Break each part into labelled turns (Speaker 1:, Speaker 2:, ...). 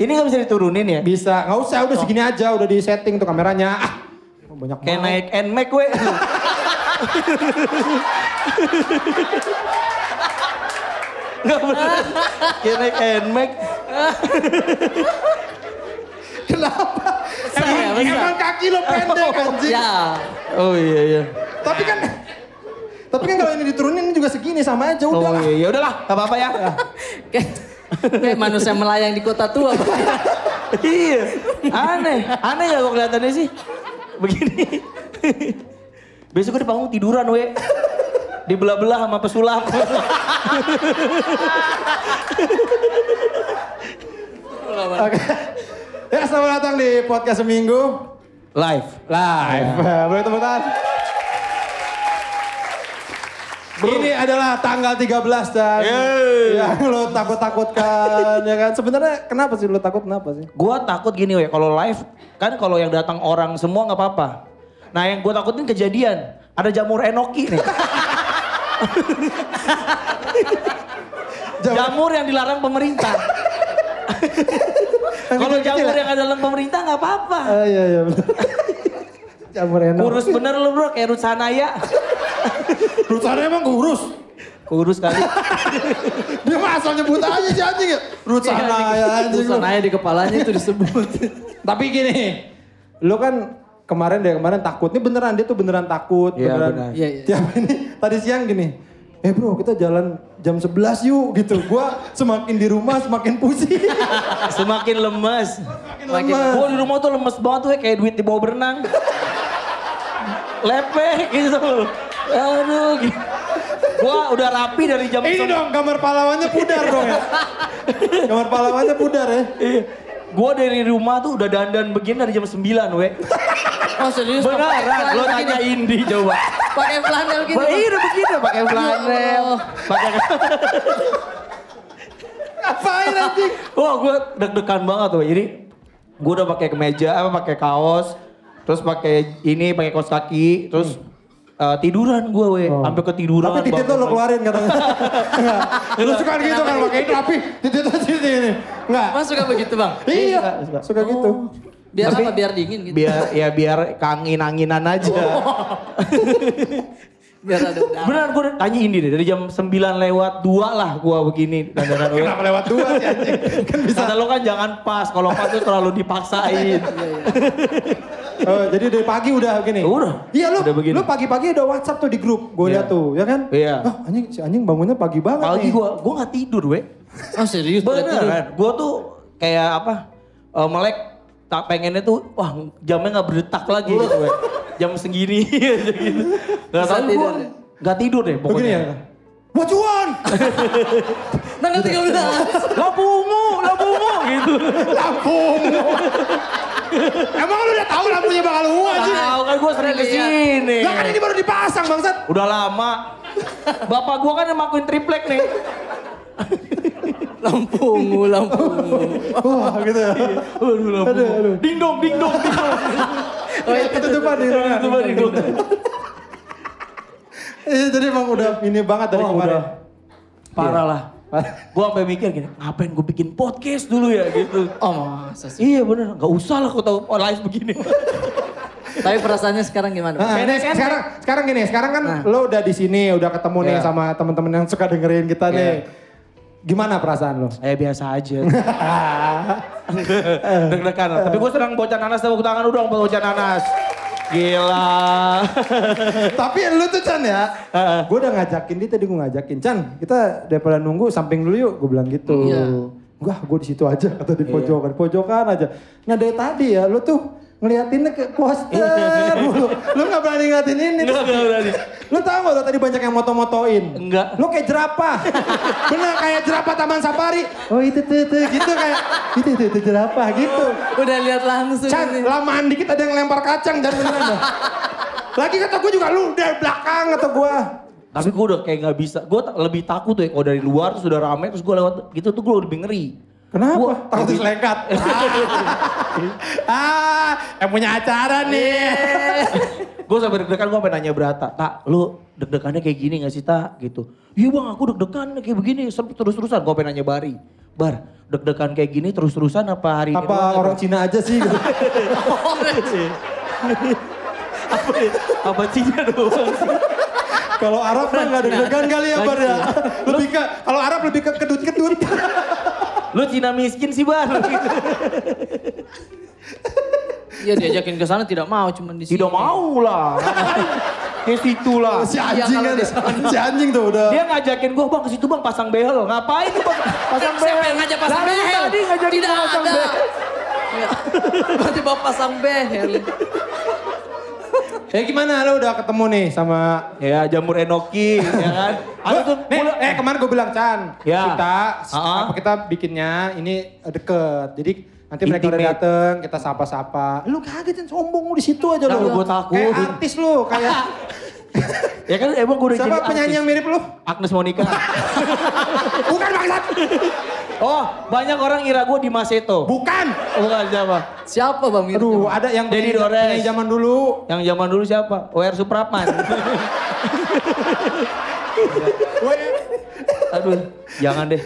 Speaker 1: Ini nggak bisa diturunin ya?
Speaker 2: Bisa, nggak usah udah segini aja udah di setting tuh kameranya. Ah, banyak
Speaker 1: Kayak
Speaker 2: banget.
Speaker 1: naik NMAX we. Gak bener. Kayak naik NMAX.
Speaker 2: Kenapa?
Speaker 3: Saya
Speaker 1: iya,
Speaker 2: Emang,
Speaker 3: bisa.
Speaker 2: emang kaki lo pendek anjing.
Speaker 3: Ya.
Speaker 1: Oh iya iya.
Speaker 2: Tapi kan Tapi kan kalau ini diturunin ini juga segini sama aja
Speaker 1: Oh
Speaker 2: udah. lah.
Speaker 1: iya iya udahlah, gak apa-apa ya.
Speaker 3: Kayak Kan? kayak manusia melayang di kota tua. Pak.
Speaker 1: iya. Aneh, aneh ya kok kelihatannya sih. Begini. Besok gue di panggung tiduran we. Dibelah-belah sama pesulap.
Speaker 2: Ya, selamat datang di podcast seminggu
Speaker 1: Live.
Speaker 2: live. Boleh tepuk tangan. Ini adalah tanggal 13 dan
Speaker 1: Yeay.
Speaker 2: yang lo takut-takutkan ya kan. Sebenarnya kenapa sih lo takut kenapa sih?
Speaker 1: Gua takut gini we, kalau live kan kalau yang datang orang semua nggak apa-apa. Nah yang gue takutin kejadian, ada jamur enoki nih.
Speaker 2: Jamur-
Speaker 1: jamur yang dilarang pemerintah. kalau
Speaker 2: kecil-kecil
Speaker 1: jamur
Speaker 2: ya?
Speaker 1: yang ada dalam pemerintah nggak apa-apa.
Speaker 2: Ah iya iya benar. Jamur enak.
Speaker 1: Kurus bener lu bro, kayak Ruth Sanaya.
Speaker 2: Rutannya emang kurus.
Speaker 1: Kurus kali.
Speaker 2: Dia mah asal nyebut aja sih anjing ya. Rutana ya anjing. lu.
Speaker 3: Tulisan aja di kepalanya itu disebut.
Speaker 2: Tapi gini, lu kan kemarin dari kemarin takut. Ini beneran dia tuh beneran takut,
Speaker 1: Iya,
Speaker 2: beneran.
Speaker 1: benar.
Speaker 3: Iya, iya.
Speaker 2: Tiap ini tadi siang gini. Eh bro, kita jalan jam 11 yuk gitu. Gua semakin di rumah semakin pusing.
Speaker 1: Semakin lemes.
Speaker 2: Makin lemes.
Speaker 1: Gue di rumah tuh lemes banget tuh kayak duit di bawah berenang. Lepek gitu. Aduh. gitu. Gua udah rapi dari jam
Speaker 2: ini
Speaker 1: sem-
Speaker 2: dong kamar pahlawannya pudar dong ya. Kamar pahlawannya pudar ya.
Speaker 1: Iya. Gua dari rumah tuh udah dandan begini dari jam 9, we.
Speaker 3: Oh serius?
Speaker 1: Beneran, lo tanya Indi coba.
Speaker 3: Pakai flanel gini.
Speaker 1: Iya, udah begini pakai flanel.
Speaker 3: Gitu. Ya Allah.
Speaker 1: Pakai
Speaker 2: Ngapain anjing?
Speaker 1: Wah, gue deg-degan banget tuh. Jadi gue udah pakai kemeja, apa pakai kaos, terus pakai ini, pakai kaos kaki, terus
Speaker 3: Hmm.
Speaker 1: eh, tiduran gue, we,
Speaker 3: Oh.
Speaker 1: sampai ketiduran.
Speaker 2: Oh. Tapi titik tuh
Speaker 1: bangun
Speaker 2: lo
Speaker 1: lagi.
Speaker 2: keluarin katanya. Enggak. Lu suka gitu kan pakai rapi. Titik tuh sini ini. Enggak.
Speaker 3: Mas suka begitu bang?
Speaker 2: Iya,
Speaker 1: suka, suka.
Speaker 2: suka gitu.
Speaker 3: Biar apa? Biar dingin gitu. Oh.
Speaker 1: Biar ya biar kangin-anginan aja.
Speaker 3: Biar ada udara.
Speaker 1: Beneran gue tanya ini deh, dari jam 9 lewat 2 lah gue begini. Dandanan gue.
Speaker 2: Kenapa lewat dua sih anjing? Kan bisa
Speaker 1: Kata lo kan jangan pas, kalau pas tuh terlalu dipaksain.
Speaker 2: Oh, jadi dari pagi udah gini.
Speaker 1: Udah.
Speaker 2: Iya lu.
Speaker 1: Udah begini.
Speaker 2: Lu pagi-pagi udah WhatsApp tuh di grup. Gue
Speaker 1: Iya.
Speaker 2: liat tuh, ya kan?
Speaker 1: Iya.
Speaker 2: Ah, anjing si anjing bangunnya pagi banget.
Speaker 1: Apalagi
Speaker 2: nih.
Speaker 1: gue, gue gak tidur we.
Speaker 3: Oh serius? Udah tidur?
Speaker 1: Beneran, gue tuh kayak apa, eh, melek tak pengennya tuh, wah jamnya nggak berdetak lagi gitu gue. Jam segini aja gitu. Gak
Speaker 3: Bisa
Speaker 1: tau gue,
Speaker 3: tidur.
Speaker 1: gak tidur deh
Speaker 2: Tuh gini ya.
Speaker 1: pokoknya.
Speaker 2: What you want?
Speaker 3: Tanggal 13.
Speaker 1: Lah bungu, lah bungu gitu.
Speaker 2: Lampung. Emang lu udah tahu lampunya bakal ungu anjing?
Speaker 1: Tahu kan gue sering
Speaker 3: Iya.
Speaker 1: kesini.
Speaker 2: Lah kan ini baru dipasang bangsat.
Speaker 1: Udah lama. Bapak gue kan yang makuin triplek nih.
Speaker 3: Lampungu, lampungu.
Speaker 2: Wah, gitu ya.
Speaker 1: Aduh, lah
Speaker 2: Aduh,
Speaker 1: bungu.
Speaker 2: aduh.
Speaker 1: Ding dong, ding dong, ding dong. gitu,
Speaker 2: Oh, iya, ketutupan di ruangan.
Speaker 1: Itu baru dong.
Speaker 2: Iya, jadi emang udah ini banget dari
Speaker 1: Wah,
Speaker 2: kemarin.
Speaker 1: Oh, udah. Parah lah. Gue sampai mikir gini, ngapain gue bikin podcast dulu ya gitu.
Speaker 3: Oh masa sih?
Speaker 1: Iya bener, gak usah lah kau tahu live begini.
Speaker 3: Tapi perasaannya sekarang gimana? Bang?
Speaker 2: Nah, ini
Speaker 1: Pendek-pendek.
Speaker 2: sekarang sekarang gini, sekarang kan lo udah di sini, udah ketemu nih
Speaker 1: Nah. Iya.
Speaker 2: sama teman-teman yang suka dengerin kita nih. Gimana perasaan lo?
Speaker 1: Saya biasa aja. Deg-degan. lah. Tapi gue senang bocah nanas tepuk tangan dulu dong buat bocah nanas. Gila.
Speaker 2: Tapi lu tuh Chan ya,
Speaker 1: Heeh.
Speaker 2: gue udah ngajakin dia tadi gue ngajakin Chan, kita daripada nunggu samping dulu yuk, gue bilang gitu.
Speaker 3: Iya.
Speaker 2: Wah, gue di situ aja atau di
Speaker 1: Iya.
Speaker 2: pojokan, pojokan aja. Nah dari tadi ya, lu tuh ngeliatinnya ke poster
Speaker 1: Iya.
Speaker 2: mulu. Lu nggak berani ngeliatin ini.
Speaker 1: Enggak, enggak berani.
Speaker 2: Lu tahu nggak lu tadi banyak yang moto-motoin?
Speaker 1: Enggak.
Speaker 2: Lu kayak jerapah. Bener kayak jerapah Taman Safari. Oh itu tuh, tuh. gitu kayak itu itu itu jerapah gitu.
Speaker 3: Udah lihat langsung.
Speaker 2: Chan,
Speaker 3: ini.
Speaker 2: lamaan dikit ada yang lempar kacang jangan beneran dah. Lagi kata gue juga lu dari belakang kata gue.
Speaker 1: Tapi gue udah kayak gak bisa. Gue lebih takut tuh ya kalau dari luar terus udah rame terus gue lewat gitu tuh gue lebih ngeri.
Speaker 2: Kenapa?
Speaker 1: Gua-
Speaker 2: Takut diselengkat. ah, yang punya acara nih.
Speaker 1: gue Iya. sampai deg-degan gue sampai nanya Brata, tak lu deg-degannya kayak gini gak sih tak gitu. Iya bang aku deg-degan kayak begini terus terusan gue pengen nanya Bari. Bar, deg-degan kayak gini terus-terusan apa hari ini?
Speaker 2: Apa
Speaker 3: Iya,
Speaker 1: doang?"
Speaker 2: orang Cina aja sih? gitu?
Speaker 1: apa apa Cina doang?
Speaker 2: Kalau Arab kan nggak deg-degan kali ya, Bar ya. Lebih ke kalau Arab lebih ke kedut-kedut.
Speaker 1: Lu Cina miskin sih Bar.
Speaker 3: Iya diajakin ke sana tidak mau cuman di sini.
Speaker 1: Tidak mau lah. Ke situ lah.
Speaker 2: si
Speaker 3: Iya,
Speaker 2: anjing
Speaker 3: kalau
Speaker 2: kan,
Speaker 3: di sana. Iya.
Speaker 2: si anjing tuh udah.
Speaker 1: Dia ngajakin gua bang ke situ bang pasang behel. Ngapain tuh bang pasang behel?
Speaker 3: Siapa yang ngajak pasang
Speaker 1: Lah, lu
Speaker 3: behel?
Speaker 1: Tadi ngajakin
Speaker 3: Tidak
Speaker 1: gua pasang
Speaker 3: ada.
Speaker 1: behel.
Speaker 3: Ya. Berarti bawa pasang behel.
Speaker 2: Eh gimana lo udah ketemu nih sama
Speaker 1: Ya jamur enoki, ya kan? Ada
Speaker 2: Gua-
Speaker 1: tuh
Speaker 2: nih,
Speaker 1: mulu-
Speaker 2: eh kemarin gue bilang Chan,
Speaker 1: Ya.
Speaker 2: kita s-
Speaker 1: Ha-ha.
Speaker 2: apa kita bikinnya ini deket. Jadi nanti mereka udah
Speaker 1: Intimate.
Speaker 2: dateng, kita sapa-sapa. Lu kaget Chan, sombong lu di situ aja
Speaker 1: Lah,
Speaker 2: lu.
Speaker 1: gua takut.
Speaker 2: Kayak artis lu, kayak
Speaker 1: ya kan emang gua udah
Speaker 2: siapa
Speaker 1: jadi
Speaker 2: penyanyi yang
Speaker 1: artis.
Speaker 2: mirip lu?
Speaker 1: Agnes Monica.
Speaker 2: Bukan bangsat.
Speaker 1: oh, banyak orang ngira gua di Maseto.
Speaker 2: Bukan.
Speaker 1: Bukan siapa?
Speaker 3: Siapa Bang Mir?
Speaker 2: Aduh, ada yang penyanyi-
Speaker 1: Jadi Dores.
Speaker 2: penyanyi zaman dulu.
Speaker 1: Yang zaman dulu siapa? OR Suprapman. Aduh, jangan deh.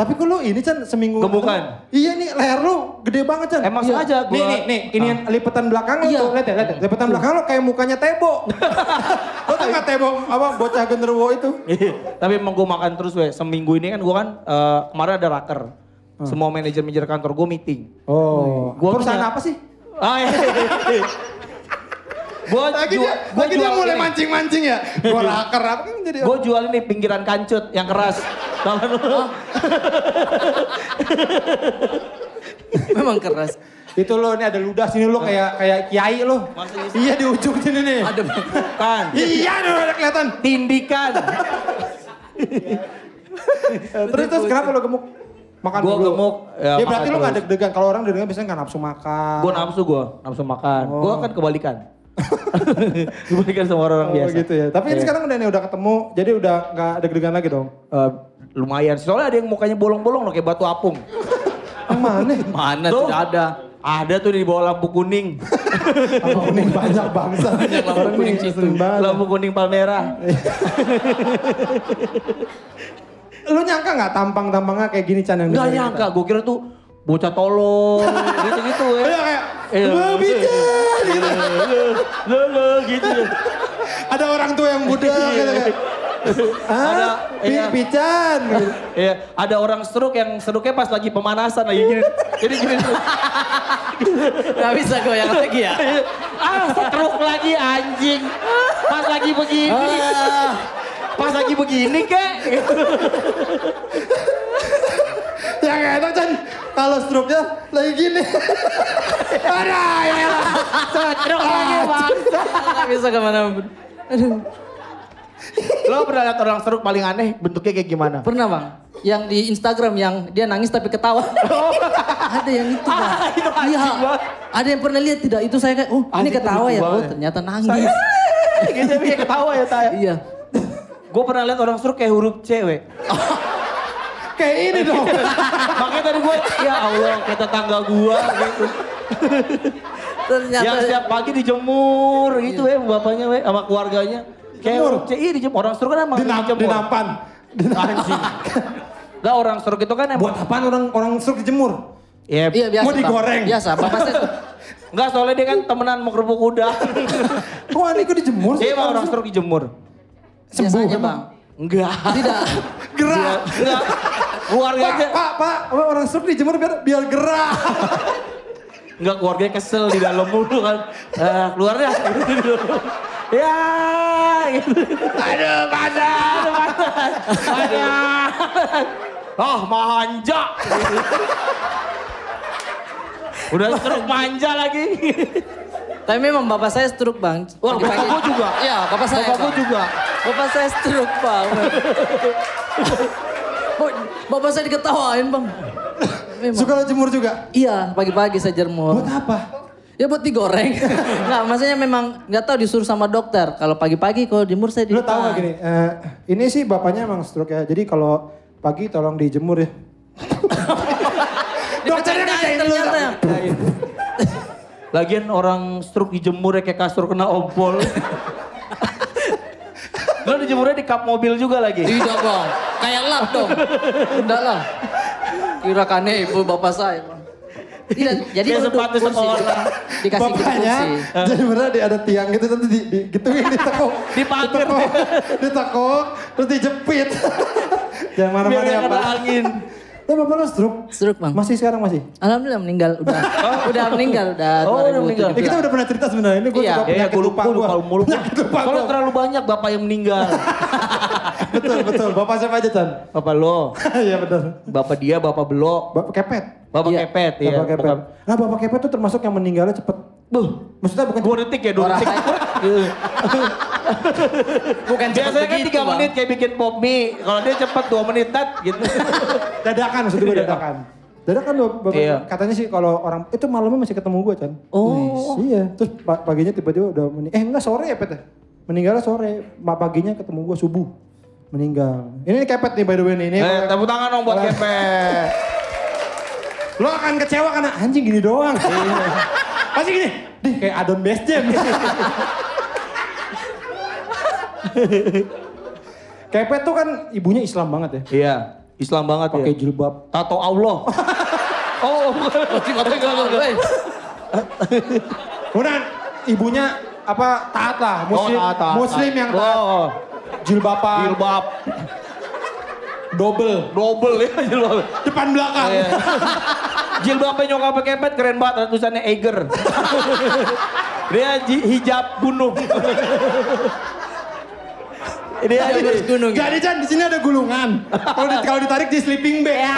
Speaker 2: Tapi kok lu ini Chan seminggu
Speaker 1: Gemukan.
Speaker 2: ketemu- Iya nih leher lu gede banget Chan.
Speaker 1: Emang
Speaker 2: Iya.
Speaker 1: sengaja gua-
Speaker 2: Nih nih nih ini
Speaker 1: Ah.
Speaker 2: yang lipetan belakang lu
Speaker 3: Iya.
Speaker 2: tuh lihat ya lihat. ya. Lipetan belakang lu kayak mukanya Tebo. lu tuh nggak Tebo apa bocah genderuwo itu.
Speaker 1: Tapi emang gue makan terus weh. Seminggu ini kan gue kan eh, kemarin ada raker.
Speaker 2: Hmm.
Speaker 1: Semua manajer-manajer kantor gue meeting.
Speaker 2: Oh.
Speaker 1: Gua
Speaker 2: Perusahaan
Speaker 1: punya-
Speaker 2: apa sih?
Speaker 1: Ah, iya. gue
Speaker 2: Lagi
Speaker 1: jual,
Speaker 2: dia,
Speaker 1: gua
Speaker 2: lagi dia
Speaker 1: jual
Speaker 2: mulai
Speaker 1: ini.
Speaker 2: mancing-mancing ya. Gua raker apa kan jadi.
Speaker 1: Gue jual ini pinggiran kancut yang keras. Tahu kan lu?
Speaker 3: Memang keras.
Speaker 2: Itu lo ini ada ludah sini lo kayak kayak kiai lo.
Speaker 1: Maksudnya-
Speaker 2: Iya di ujung sini nih.
Speaker 3: Ada
Speaker 1: Kan.
Speaker 2: Iya udah udah kelihatan.
Speaker 1: Tindikan.
Speaker 2: Terus terus kenapa lo gemuk? Makan
Speaker 1: Gua
Speaker 2: dulu.
Speaker 1: gemuk, ya,
Speaker 2: Ya, berarti lo
Speaker 1: makan
Speaker 2: gak
Speaker 1: terus.
Speaker 2: deg-degan. Kalau orang deg-degan biasanya gak nafsu makan.
Speaker 1: Gue nafsu gue, nafsu makan. Gue kan kebalikan. kebalikan sama orang
Speaker 2: Oh,
Speaker 1: biasa.
Speaker 2: gitu ya. Tapi ini
Speaker 1: Iya.
Speaker 2: sekarang udah nih udah ketemu, jadi udah nggak deg-degan lagi dong.
Speaker 1: Eh, lumayan. Soalnya ada yang mukanya bolong-bolong loh kayak batu apung.
Speaker 2: Yang mana?
Speaker 3: Mana
Speaker 1: Tuh.
Speaker 3: tidak ada.
Speaker 1: Ada tuh di bawah lampu kuning.
Speaker 2: Apa kuning banyak bangsa.
Speaker 3: Banyak lampu
Speaker 2: Orang
Speaker 3: kuning
Speaker 2: nih
Speaker 3: situ.
Speaker 2: ngeselin banget.
Speaker 1: lampu kuning palmera.
Speaker 2: Lu nyangka nggak tampang-tampangnya kayak gini Chan yang
Speaker 1: Enggak
Speaker 2: dengerin
Speaker 1: nyangka, gue kira tuh bocah tolong gitu-gitu
Speaker 2: kita?
Speaker 1: ya.
Speaker 2: Iya kayak
Speaker 1: Iya.
Speaker 2: babi Chan gitu.
Speaker 1: Lo lo gitu.
Speaker 2: Ada orang tua yang muda gitu kayak.
Speaker 1: Iya. Ada,
Speaker 2: Ah, pi
Speaker 1: iya.
Speaker 2: pican. gitu.
Speaker 1: Iya, ada orang stroke yang stroke-nya pas lagi pemanasan lagi gini. Jadi gini. tuh.
Speaker 3: Gak bisa goyang lagi ya.
Speaker 1: ah, stroke lagi anjing. Pas lagi begini. Ah, Pas lagi begini kek.
Speaker 2: Yang nggak Ya, enak Chan kalau stroke-nya lagi gini. Ada ya elah.
Speaker 1: Stroke lagi, Bang.
Speaker 3: Gak bisa kemana pun.
Speaker 1: Lo pernah lihat orang stroke paling aneh bentuknya kayak gimana?
Speaker 3: Pernah Bang? Yang di Instagram yang dia nangis tapi ketawa. ada yang itu Bang.
Speaker 1: Ah, itu anjing
Speaker 3: Iya.
Speaker 1: banget.
Speaker 3: Ada yang pernah lihat tidak? Itu saya kayak, oh ini
Speaker 1: Anjing itu
Speaker 3: ketawa
Speaker 1: lucu
Speaker 3: ya. Oh
Speaker 1: banget.
Speaker 3: ternyata nangis.
Speaker 1: Gitu kayak ketawa ya, Tay.
Speaker 3: Iya.
Speaker 1: Gue pernah lihat orang stroke kayak huruf C, weh.
Speaker 2: Kayak ini dong.
Speaker 1: Iya. Makanya tadi gue, ya Allah, kayak tetangga gue gitu.
Speaker 3: Ternyata
Speaker 1: Yang setiap pagi dijemur gitu weh, bapaknya weh, sama keluarganya. Kayak
Speaker 2: Jemur?
Speaker 1: huruf C, iya dijemur. Orang stroke kan emang
Speaker 2: Dinam, dinampan.
Speaker 1: Anjing. Enggak orang stroke itu kan emang.
Speaker 2: Buat apaan orang orang stroke dijemur?
Speaker 1: Ya,
Speaker 3: Iya biasa.
Speaker 2: Mau
Speaker 3: Bang.
Speaker 2: digoreng.
Speaker 3: Biasa. Bapak saya
Speaker 1: Enggak soalnya dia kan temenan mau kerupuk udang.
Speaker 2: Kok aneh kok dijemur sih?
Speaker 1: Dia emang orang stroke dijemur.
Speaker 2: Sembuh
Speaker 3: biasanya
Speaker 2: emang.
Speaker 3: bang.
Speaker 1: Enggak.
Speaker 3: Tidak.
Speaker 2: Gerak.
Speaker 1: Enggak.
Speaker 2: Pak,
Speaker 1: Keluarganya,
Speaker 2: pak, pak, apa orang stroke dijemur biar biar gerak.
Speaker 1: enggak keluarganya kesel di dalam mulu kan. Eh, keluar dah. ya, gitu.
Speaker 2: Aduh, panas.
Speaker 1: Aduh. Oh, manja. Udah stroke manja lagi.
Speaker 3: Tapi memang bapak saya stroke bang.
Speaker 1: Wah,
Speaker 3: Pagi-pagi.
Speaker 1: bapak gua juga.
Speaker 3: Iya bapak saya.
Speaker 1: Bapak gua
Speaker 3: Bang.
Speaker 1: juga.
Speaker 3: Bapak saya stroke bang. Bo- bapak saya diketawain bang. Memang.
Speaker 2: Suka lo jemur juga?
Speaker 3: Iya pagi-pagi saya
Speaker 2: Buat
Speaker 3: jemur.
Speaker 2: apa?
Speaker 3: Ya buat digoreng. Nggak maksudnya memang nggak tahu disuruh sama dokter. Kalau pagi-pagi kalau jemur saya di
Speaker 2: Lo tau
Speaker 3: depan.
Speaker 2: gak gini, eh, ini sih bapaknya emang stroke ya, jadi kalau pagi tolong dijemur ya. Dokternya Ya. kerjain
Speaker 3: Dipercandain
Speaker 2: lu.
Speaker 3: ternyata.
Speaker 1: Lagian orang stroke dijemur ya kayak kasur kena obol. Lo dijemurnya di kap mobil juga lagi.
Speaker 3: Iya, Tidak bang. Kayak lap dong. Enggak lah. Kira kane ibu bapak saya. Tidak, jadi
Speaker 1: Kayak
Speaker 3: duduk
Speaker 1: sepatu
Speaker 3: kursi,
Speaker 1: sekolah.
Speaker 3: Dikasih gitu
Speaker 2: Bapaknya
Speaker 3: kursi.
Speaker 2: jadi benar dia ada tiang gitu nanti di, di gituin ditekuk,
Speaker 1: Dipager.
Speaker 2: ditekuk, ditekuk, terus dijepit. Jangan
Speaker 1: Biar
Speaker 2: marah-marah ya
Speaker 1: nggak kena
Speaker 2: pak.
Speaker 1: angin.
Speaker 2: Tapi bapak lo stroke.
Speaker 3: Stroke bang.
Speaker 2: Masih sekarang masih.
Speaker 3: Alhamdulillah meninggal udah. udah meninggal udah
Speaker 1: Oh, udah meninggal.
Speaker 3: 2017.
Speaker 2: Eh, kita udah pernah cerita sebenarnya ini gue
Speaker 3: Iya.
Speaker 2: suka
Speaker 1: Ya, ya,
Speaker 2: penyakit
Speaker 1: gue lupa,
Speaker 2: lupa
Speaker 1: gue
Speaker 2: gue.
Speaker 1: lupa mulu.
Speaker 2: Penyakit lupa
Speaker 1: Soalnya
Speaker 2: Nah, gua.
Speaker 1: terlalu banyak bapak yang meninggal.
Speaker 2: Betul betul. Bapak siapa aja Tan?
Speaker 1: bapak lo,
Speaker 2: Iya betul.
Speaker 1: bapak dia, bapak belok,
Speaker 2: Bapak kepet.
Speaker 1: bapak
Speaker 3: Iya.
Speaker 1: kepet ya.
Speaker 2: Bapak kepet. Nah bapak kepet tuh termasuk yang meninggalnya cepet.
Speaker 1: Buh,
Speaker 2: Maksudnya bukan
Speaker 1: dua detik ya, dua
Speaker 3: Orang
Speaker 1: detik.
Speaker 3: Bukan
Speaker 1: Biasanya kan
Speaker 3: begitu,
Speaker 1: tiga
Speaker 3: Bang.
Speaker 1: menit kayak bikin pop mie. Kalau dia cepet dua menit, tat, gitu.
Speaker 2: dadakan maksud gue dadakan. Dadakan loh, bapak.
Speaker 1: Iya.
Speaker 2: katanya sih kalau orang itu malamnya masih ketemu gue Chan.
Speaker 3: Oh.
Speaker 2: Wih, Iya, terus pa- paginya tiba-tiba udah mening eh enggak sore ya Pet ya? Meninggalnya sore, Ma- paginya ketemu gue subuh meninggal. Ini kepet nih by the way nih. Ini
Speaker 1: Eh, tepuk tangan dong buat kepet.
Speaker 2: Lo akan kecewa karena anjing gini doang.
Speaker 1: Iya.
Speaker 2: Pasti gini, dih kayak adon best jam. Kepet tuh kan ibunya Islam banget ya.
Speaker 1: Iya, Islam banget
Speaker 2: Pakai
Speaker 1: ya.
Speaker 2: jilbab.
Speaker 1: Tato Allah. oh, bukan. Enggak, enggak, enggak.
Speaker 3: Eh,
Speaker 2: Kemudian ibunya apa taat lah, muslim,
Speaker 1: Oh, taat, taat,
Speaker 2: muslim
Speaker 1: taat.
Speaker 2: yang taat.
Speaker 1: Oh,
Speaker 2: Jilbaban,
Speaker 1: jilbab.
Speaker 2: double,
Speaker 1: Double ya jilbab.
Speaker 2: depan belakang.
Speaker 1: Iya. Jilbabnya nyokap kepet keren banget ada tulisannya Eiger. Dia ji- hijab gunung. Dia
Speaker 3: Hijab
Speaker 1: ini-
Speaker 3: harus gunung ya.
Speaker 2: Jadi Chan di sini ada gulungan. Kalau di- kalau ditarik di sleeping bag.
Speaker 3: Ya.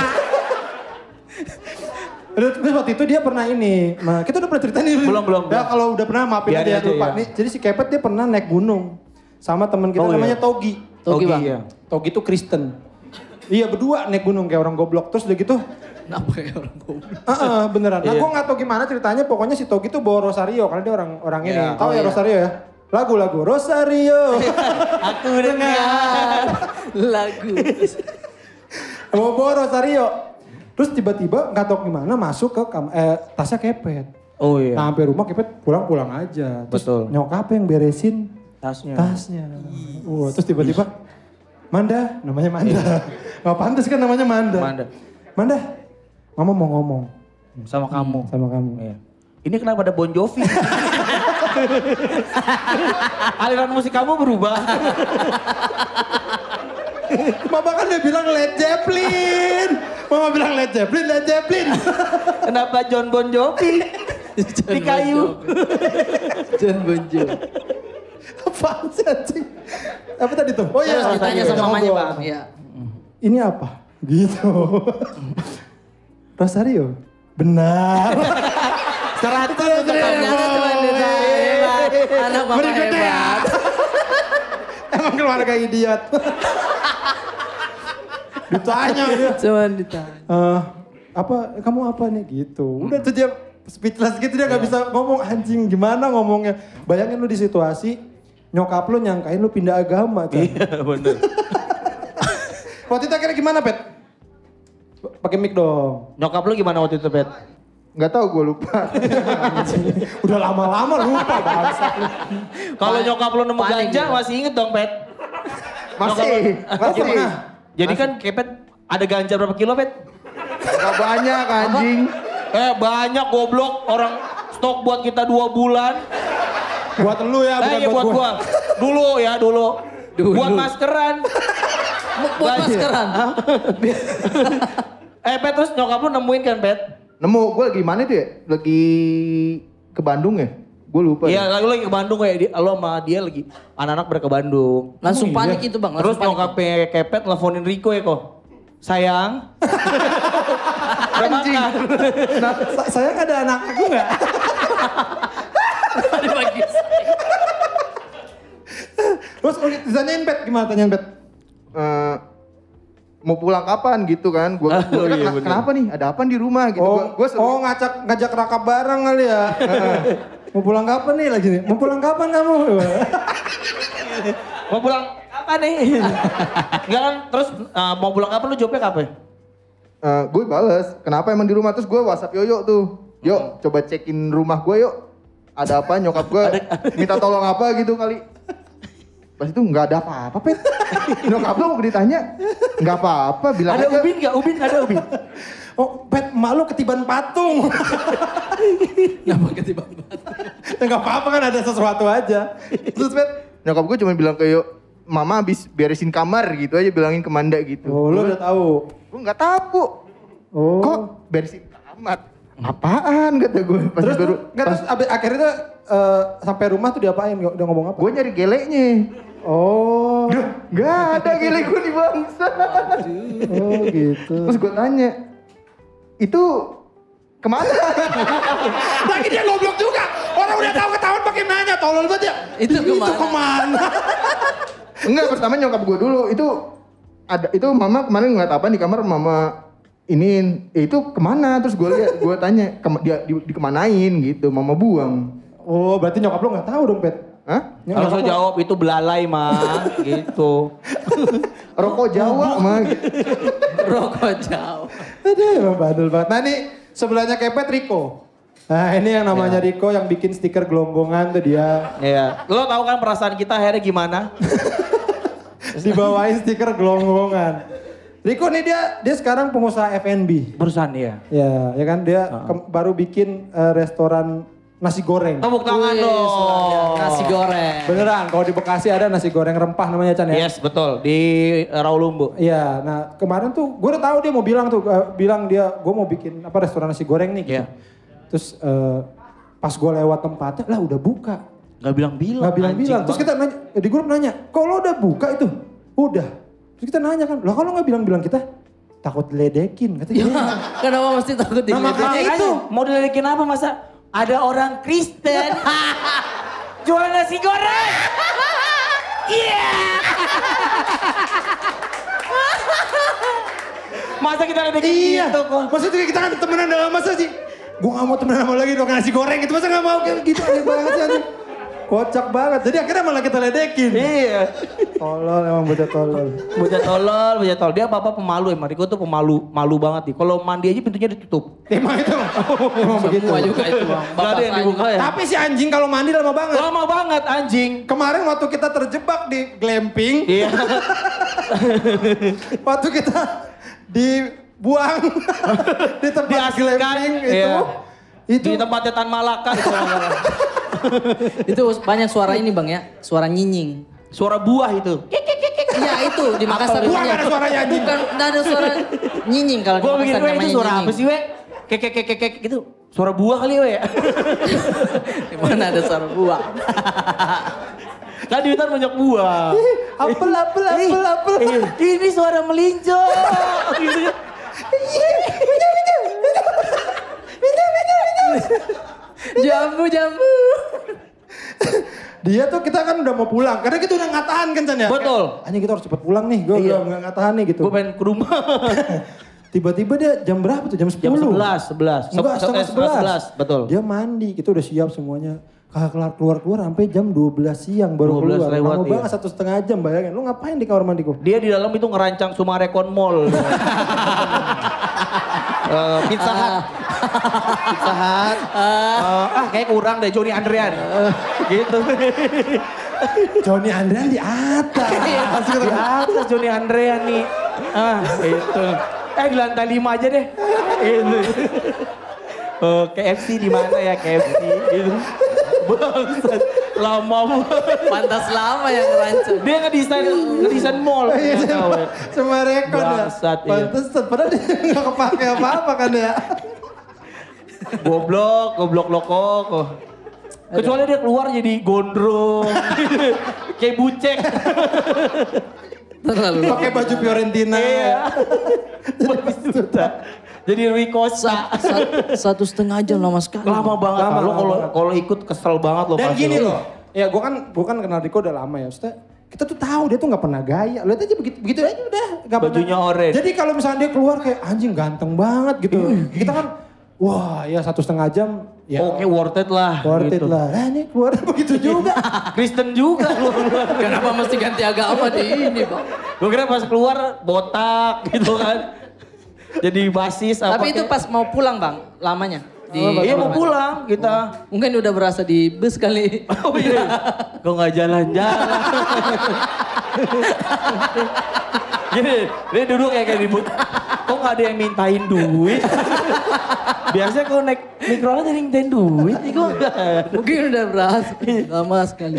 Speaker 2: Terus terus waktu itu dia pernah ini, nah, kita udah pernah cerita nih.
Speaker 1: Belum, belum,
Speaker 2: Ya
Speaker 1: belum.
Speaker 2: kalau udah pernah maafin
Speaker 1: Biarin
Speaker 2: aja, ya,
Speaker 1: aja,
Speaker 2: lupa.
Speaker 1: iya.
Speaker 2: Nih, jadi si Kepet dia pernah naik gunung sama teman kita
Speaker 1: Oh, iya.
Speaker 2: namanya Togi.
Speaker 3: Togi, Bang.
Speaker 1: iya.
Speaker 2: Togi itu Kristen. Iya berdua naik gunung kayak orang goblok. Terus udah gitu,
Speaker 3: Kenapa ya orang goblok?
Speaker 2: ah ah, beneran. Nah
Speaker 1: Iya.
Speaker 2: gue gak tau gimana ceritanya, pokoknya si Togi tuh bawa Rosario. Karena dia orang orang ini.
Speaker 1: Iya.
Speaker 2: Tahu
Speaker 3: Oh,
Speaker 2: ya
Speaker 3: iya.
Speaker 2: Rosario ya? Lagu-lagu Rosario.
Speaker 1: Aku dengar.
Speaker 3: Ah, lagu.
Speaker 2: bawa bawa Rosario. Terus tiba-tiba nggak tahu gimana masuk ke kam eh, tasnya kepet.
Speaker 1: Oh iya.
Speaker 2: Nah sampai rumah kepet pulang-pulang aja. Terus
Speaker 1: Betul. Iya.
Speaker 2: nyokap yang beresin
Speaker 1: Tasnya.
Speaker 2: tasnya. Wah, terus tiba-tiba Manda, namanya Manda. Nggak pantas kan namanya Manda.
Speaker 1: Iya. Manda.
Speaker 2: Manda, mama mau ngomong
Speaker 1: Sama kamu.
Speaker 2: sama kamu.
Speaker 1: Iya. Ini kenapa ada Bon Jovi? Aliran musik kamu berubah.
Speaker 2: Mama kan udah bilang Led Zeppelin. Mama bilang Led Zeppelin, Led Zeppelin.
Speaker 1: Kenapa John Bon Jovi? Di kayu.
Speaker 3: John Bon Jovi.
Speaker 2: Apaan sih anjing? Apa tadi tuh? Oh
Speaker 3: Terus ditanya sama mamanya
Speaker 2: Ngobrol.
Speaker 3: bang. Iya.
Speaker 2: ini apa? Gitu. Rosario, benar.
Speaker 1: Seratus
Speaker 2: Ternyata
Speaker 3: Ternyata
Speaker 2: Bang.
Speaker 3: cuma dia hebat. Anak
Speaker 2: Iya.
Speaker 3: bapak
Speaker 2: Berikutnya.
Speaker 3: hebat.
Speaker 2: Emang keluarga idiot. Ditanya dia.
Speaker 3: Cuman ditanya.
Speaker 2: "Eh, apa kamu apa nih gitu. Udah tuh dia speechless gitu dia
Speaker 3: Iya.
Speaker 2: nggak bisa ngomong anjing gimana ngomongnya. Bayangin lu di situasi nyokap lu nyangkain lu pindah agama. Chan.
Speaker 1: Iya bener.
Speaker 2: Waktu itu akhirnya gimana, Pet? Pakai mic dong.
Speaker 1: Nyokap lu gimana waktu itu, Pet?
Speaker 4: Nggak tahu gue lupa.
Speaker 2: Udah lama-lama lupa bangsa.
Speaker 1: Kalau nyokap lu nemu
Speaker 3: Paling
Speaker 1: ganja
Speaker 3: gitu.
Speaker 1: masih inget dong, Pet?
Speaker 4: Masih,
Speaker 1: Nyokap lu-
Speaker 4: masih.
Speaker 2: Pernah.
Speaker 1: Jadi kan kepet ada ganja berapa kilo, Pet?
Speaker 4: Gak banyak anjing.
Speaker 1: Eh banyak goblok orang stok buat kita dua bulan.
Speaker 2: Buat lu ya, bukan
Speaker 1: eh, iya,
Speaker 2: buat
Speaker 1: buat,
Speaker 2: gua.
Speaker 1: gua. Dulu ya, dulu.
Speaker 3: Dulu.
Speaker 1: Buat maskeran.
Speaker 3: Buat maskeran.
Speaker 1: eh, Pet terus nyokap lu nemuin kan, Pet?
Speaker 4: Nemu gue lagi mana tuh ya? Lagi ke Bandung ya? Gue lupa.
Speaker 1: Iya,
Speaker 4: deh.
Speaker 1: lu lagi ke Bandung ya, di- lo sama dia lagi anak-anak berke Bandung.
Speaker 3: Langsung
Speaker 2: Emang
Speaker 3: panik itu bang.
Speaker 1: Terus
Speaker 3: langsung panik.
Speaker 1: nyokapnya kepet teleponin Riko ya kok. Sayang. Udah makan.
Speaker 2: Nah, sa- saya nggak ada anak aku nggak? Terus udah ditanyain pet gimana tanyain pet?
Speaker 4: Eh, mau pulang kapan gitu kan? Gue
Speaker 1: Ah, oh iya, bener.
Speaker 4: kenapa nih? Ada apa di rumah gitu?
Speaker 2: oh,
Speaker 4: Gue
Speaker 2: oh ngajak ngajak rakap bareng kali ya. Heeh. Mau pulang kapan nih lagi nih? Mau pulang kapan kamu?
Speaker 1: Mau pulang kapan nih? Enggak kan, terus eh, mau pulang kapan lu jawabnya kapan?
Speaker 4: gue Eh, bales. Kenapa emang di rumah? Terus gue WhatsApp Yoyo tuh.
Speaker 1: Hmm.
Speaker 4: Yuk, coba cekin rumah gue yuk. Ada apa? Nyokap gue minta tolong apa gitu kali? Pas itu nggak ada apa-apa, Pet. Nyokap lu mau ditanya, nggak apa-apa, bilang
Speaker 1: Ada
Speaker 4: aja.
Speaker 1: ubin nggak? Ubin ada ubin.
Speaker 2: Oh, pet emak lu ketiban patung.
Speaker 3: Kenapa ketiba
Speaker 2: ya nggak apa-apa kan ada sesuatu aja.
Speaker 4: Terus, Pet, nyokap gue cuma bilang ke Yo, mama habis beresin kamar gitu aja, bilangin ke Manda gitu.
Speaker 2: Oh, lu udah tahu.
Speaker 4: Gue nggak tahu, Bu.
Speaker 2: Oh.
Speaker 4: Kok beresin kamar? Apaan kata gue pas
Speaker 2: terus
Speaker 4: baru
Speaker 2: baru, nggak terus abis, akhirnya tuh eh, sampai rumah tuh diapain? Nggak- Udah ngomong apa?
Speaker 4: gue nyari geleknya.
Speaker 2: Oh,
Speaker 4: Gak ada gelek gue di bangsa.
Speaker 2: oh gitu.
Speaker 4: Terus gue tanya, itu kemana?
Speaker 2: Lagi dia goblok juga. Orang udah tahu ketahuan pakai nanya, tolol banget ya.
Speaker 3: Itu kemana?"
Speaker 2: kemana?
Speaker 4: Enggak, pertama nyokap gue dulu itu ada itu mama kemarin ngeliat apa di kamar mama ini itu kemana terus gue lihat gue tanya "Kem- dia di, dikemanain gitu mama buang
Speaker 2: oh, berarti nyokap lu nggak tahu dong, Pet.
Speaker 4: Hah?
Speaker 1: Kalau saya jawab itu belalai mah gitu.
Speaker 4: rokok Jawa mah
Speaker 3: Rokok jauh.
Speaker 2: Aduh, emang bandel banget. Nah, ini sebelahnya kepet Riko. Nah, ini yang namanya Riko yang bikin stiker gelonggongan tuh dia.
Speaker 1: Iya. Lo tau kan perasaan kita akhirnya gimana?
Speaker 2: Dibawain stiker gelonggongan. Riko nih dia dia sekarang pengusaha F&B.
Speaker 1: Perusahaan ya.
Speaker 2: Ya, ya kan dia
Speaker 1: Ah.
Speaker 2: ke- baru bikin eh, restoran nasi goreng.
Speaker 1: Tepuk tangan
Speaker 3: Wih,
Speaker 1: dong.
Speaker 3: selamat. Nasi
Speaker 1: iya.
Speaker 3: goreng.
Speaker 2: Beneran, kalau di Bekasi ada nasi goreng rempah namanya Chan ya.
Speaker 1: Yes, betul. Di eh, Raulumbu.
Speaker 2: Iya, nah kemarin tuh gue udah tahu dia mau bilang tuh, eh, bilang dia gue mau bikin apa restoran nasi goreng nih. gitu.
Speaker 1: Iya.
Speaker 2: Terus eh, pas gue lewat tempatnya, lah udah buka.
Speaker 1: Gak bilang-bilang.
Speaker 2: Gak bilang-bilang.
Speaker 1: Iya, anjing
Speaker 2: Terus
Speaker 1: banget.
Speaker 2: kita nanya, eh, di grup nanya, kok lo udah buka itu? Udah. Terus kita nanya kan, lah kalau nggak bilang-bilang kita takut diledekin katanya.
Speaker 1: Iya.
Speaker 3: Ya, Kenapa mesti takut
Speaker 2: Nah,
Speaker 3: dilihat?
Speaker 2: makanya
Speaker 1: Makanya
Speaker 2: itu.
Speaker 1: mau dilelekin apa masa? Ada orang Kristen jual nasi goreng. Iya. masa kita ledekin
Speaker 2: Iya,
Speaker 1: gitu kok.
Speaker 2: maksudnya kita kan temenan dalam masa sih. Gue gak mau temenan sama lu lagi doang nasi goreng gitu, masa gak mau kayak gitu aneh banget sih anjing. Kocak banget, jadi akhirnya malah kita ledekin.
Speaker 1: Iya.
Speaker 2: Tolol emang bocah tolol.
Speaker 1: Bocah tolol, bocah tolol. Dia apa-apa pemalu emang. Riko tuh pemalu, malu banget nih. Kalau mandi aja pintunya ditutup.
Speaker 2: Emang itu, emang begitu.
Speaker 3: Semua juga itu bang.
Speaker 1: Gak ada yang dibuka ya.
Speaker 2: Tapi si anjing kalau mandi lama banget.
Speaker 1: Lama banget anjing.
Speaker 2: Kemarin waktu kita terjebak di glamping,
Speaker 1: Iya.
Speaker 2: waktu kita dibuang di tempat
Speaker 1: Diasingkan,
Speaker 2: glamping itu,
Speaker 1: iya.
Speaker 2: itu
Speaker 1: Di tempatnya Tan Malaka itu.
Speaker 3: Itu banyak suara ini bang ya, suara nyinying.
Speaker 1: Suara buah itu.
Speaker 3: Iya itu di Makassar.
Speaker 2: Apa? Buang
Speaker 3: punya.
Speaker 2: ada suaranya, anjing.
Speaker 3: Bukan, nggak ada suara nyinying kalau di
Speaker 1: Gue mikir
Speaker 3: Makassar
Speaker 1: "Weh,
Speaker 3: namanya
Speaker 1: itu suara
Speaker 3: nyinying.
Speaker 1: apa sih we? Kek kek kek kek, kek gitu. Suara buah kali we ya.
Speaker 3: Di Mana ada suara buah?
Speaker 1: Kan di hutan banyak buah.
Speaker 2: apel apel
Speaker 1: Eh,
Speaker 2: apel apel.
Speaker 1: eh, Ini suara melinjo. Gitu kan.
Speaker 3: jambu jambu.
Speaker 2: Dia tuh kita kan udah mau pulang, karena kita udah nggak tahan kan Chan ya.
Speaker 1: Betul.
Speaker 2: Kayak, Anjing kita harus cepet pulang nih, gue
Speaker 1: Iya.
Speaker 2: udah nggak nggak tahan nih gitu.
Speaker 1: Gue pengen ke rumah.
Speaker 2: Tiba-tiba dia jam berapa tuh? Jam 10?
Speaker 1: Jam 11,
Speaker 2: Enggak,
Speaker 1: 11. Eh,
Speaker 2: setengah
Speaker 1: setengah
Speaker 2: 11.
Speaker 1: 11, betul.
Speaker 2: Dia mandi, kita udah siap semuanya. Kagak kelar keluar-keluar sampai jam 12 siang baru
Speaker 1: 12
Speaker 2: keluar.
Speaker 1: lewat,
Speaker 2: Lama
Speaker 1: iya.
Speaker 2: banget satu setengah jam bayangin. Lu ngapain di kamar mandi
Speaker 1: Dia di dalam itu ngerancang Sumarekon Mall. Eh, pizza Hut. Pizza Hut. Eh, ah kayak kurang deh Joni Andrean. gitu.
Speaker 2: Johnny Andrean di
Speaker 1: Iya,
Speaker 2: atas.
Speaker 1: di atas Joni Andrean nih. Ah, itu. Eh di lantai lima aja deh. Gitu. Oh, KFC di mana ya KFC gitu. Bangsat. Lama banget.
Speaker 3: Pantas lama yang rancang.
Speaker 1: Dia ngedesain ngedesain mall.
Speaker 2: Iya,
Speaker 1: ternyata,
Speaker 2: sama,
Speaker 1: weh.
Speaker 2: sama rekod ya.
Speaker 1: Bangsat, iya.
Speaker 2: Pantesan, padahal dia nggak kepake apa-apa kan ya.
Speaker 1: Goblok, goblok lokok. oh. Kecuali dia keluar jadi gondrong. Kayak bucek.
Speaker 3: Terlalu.
Speaker 2: Pakai baju Fiorentina.
Speaker 1: Iya. Batistuta. Jadi Ricosa.
Speaker 3: Sa- sa- satu setengah jam lama sekali.
Speaker 1: Lama banget.
Speaker 2: Lama,
Speaker 1: Lo
Speaker 2: lama
Speaker 1: kalau
Speaker 2: banget.
Speaker 1: kalau ikut kesel banget lo
Speaker 2: Dan
Speaker 1: pasti
Speaker 2: gini
Speaker 1: lo.
Speaker 2: loh, ya gue kan gue kan kenal Riko udah lama ya, maksudnya kita tuh tahu dia tuh nggak pernah gaya, lihat aja begitu begitu aja udah nggak pernah.
Speaker 1: Bajunya orange.
Speaker 2: Jadi kalau misalnya dia keluar kayak anjing ganteng banget gitu, kita kan wah ya satu setengah jam ya
Speaker 1: Oke, worth it lah.
Speaker 2: worth it
Speaker 1: Oh, gitu.
Speaker 2: lah, nah ini keluar begitu juga.
Speaker 1: Kristen juga lo.
Speaker 3: Kenapa mesti ganti agama di ini bang?
Speaker 1: Gue kira pas keluar botak gitu kan. Jadi basis apa
Speaker 3: Tapi itu
Speaker 1: kek.
Speaker 3: pas mau pulang bang, lamanya. di
Speaker 1: Iya mau pulang kita.
Speaker 3: mungkin udah berasa di bus kali.
Speaker 1: Oh iya. Kok nggak jalan-jalan? Gini, dia duduk ya kayak ribut. Kok nggak ada yang mintain duit? Biasanya kalau naik mikro ada yang mintain duit, gitu. nih kok nggak ada.
Speaker 3: mungkin udah berasa lama sekali.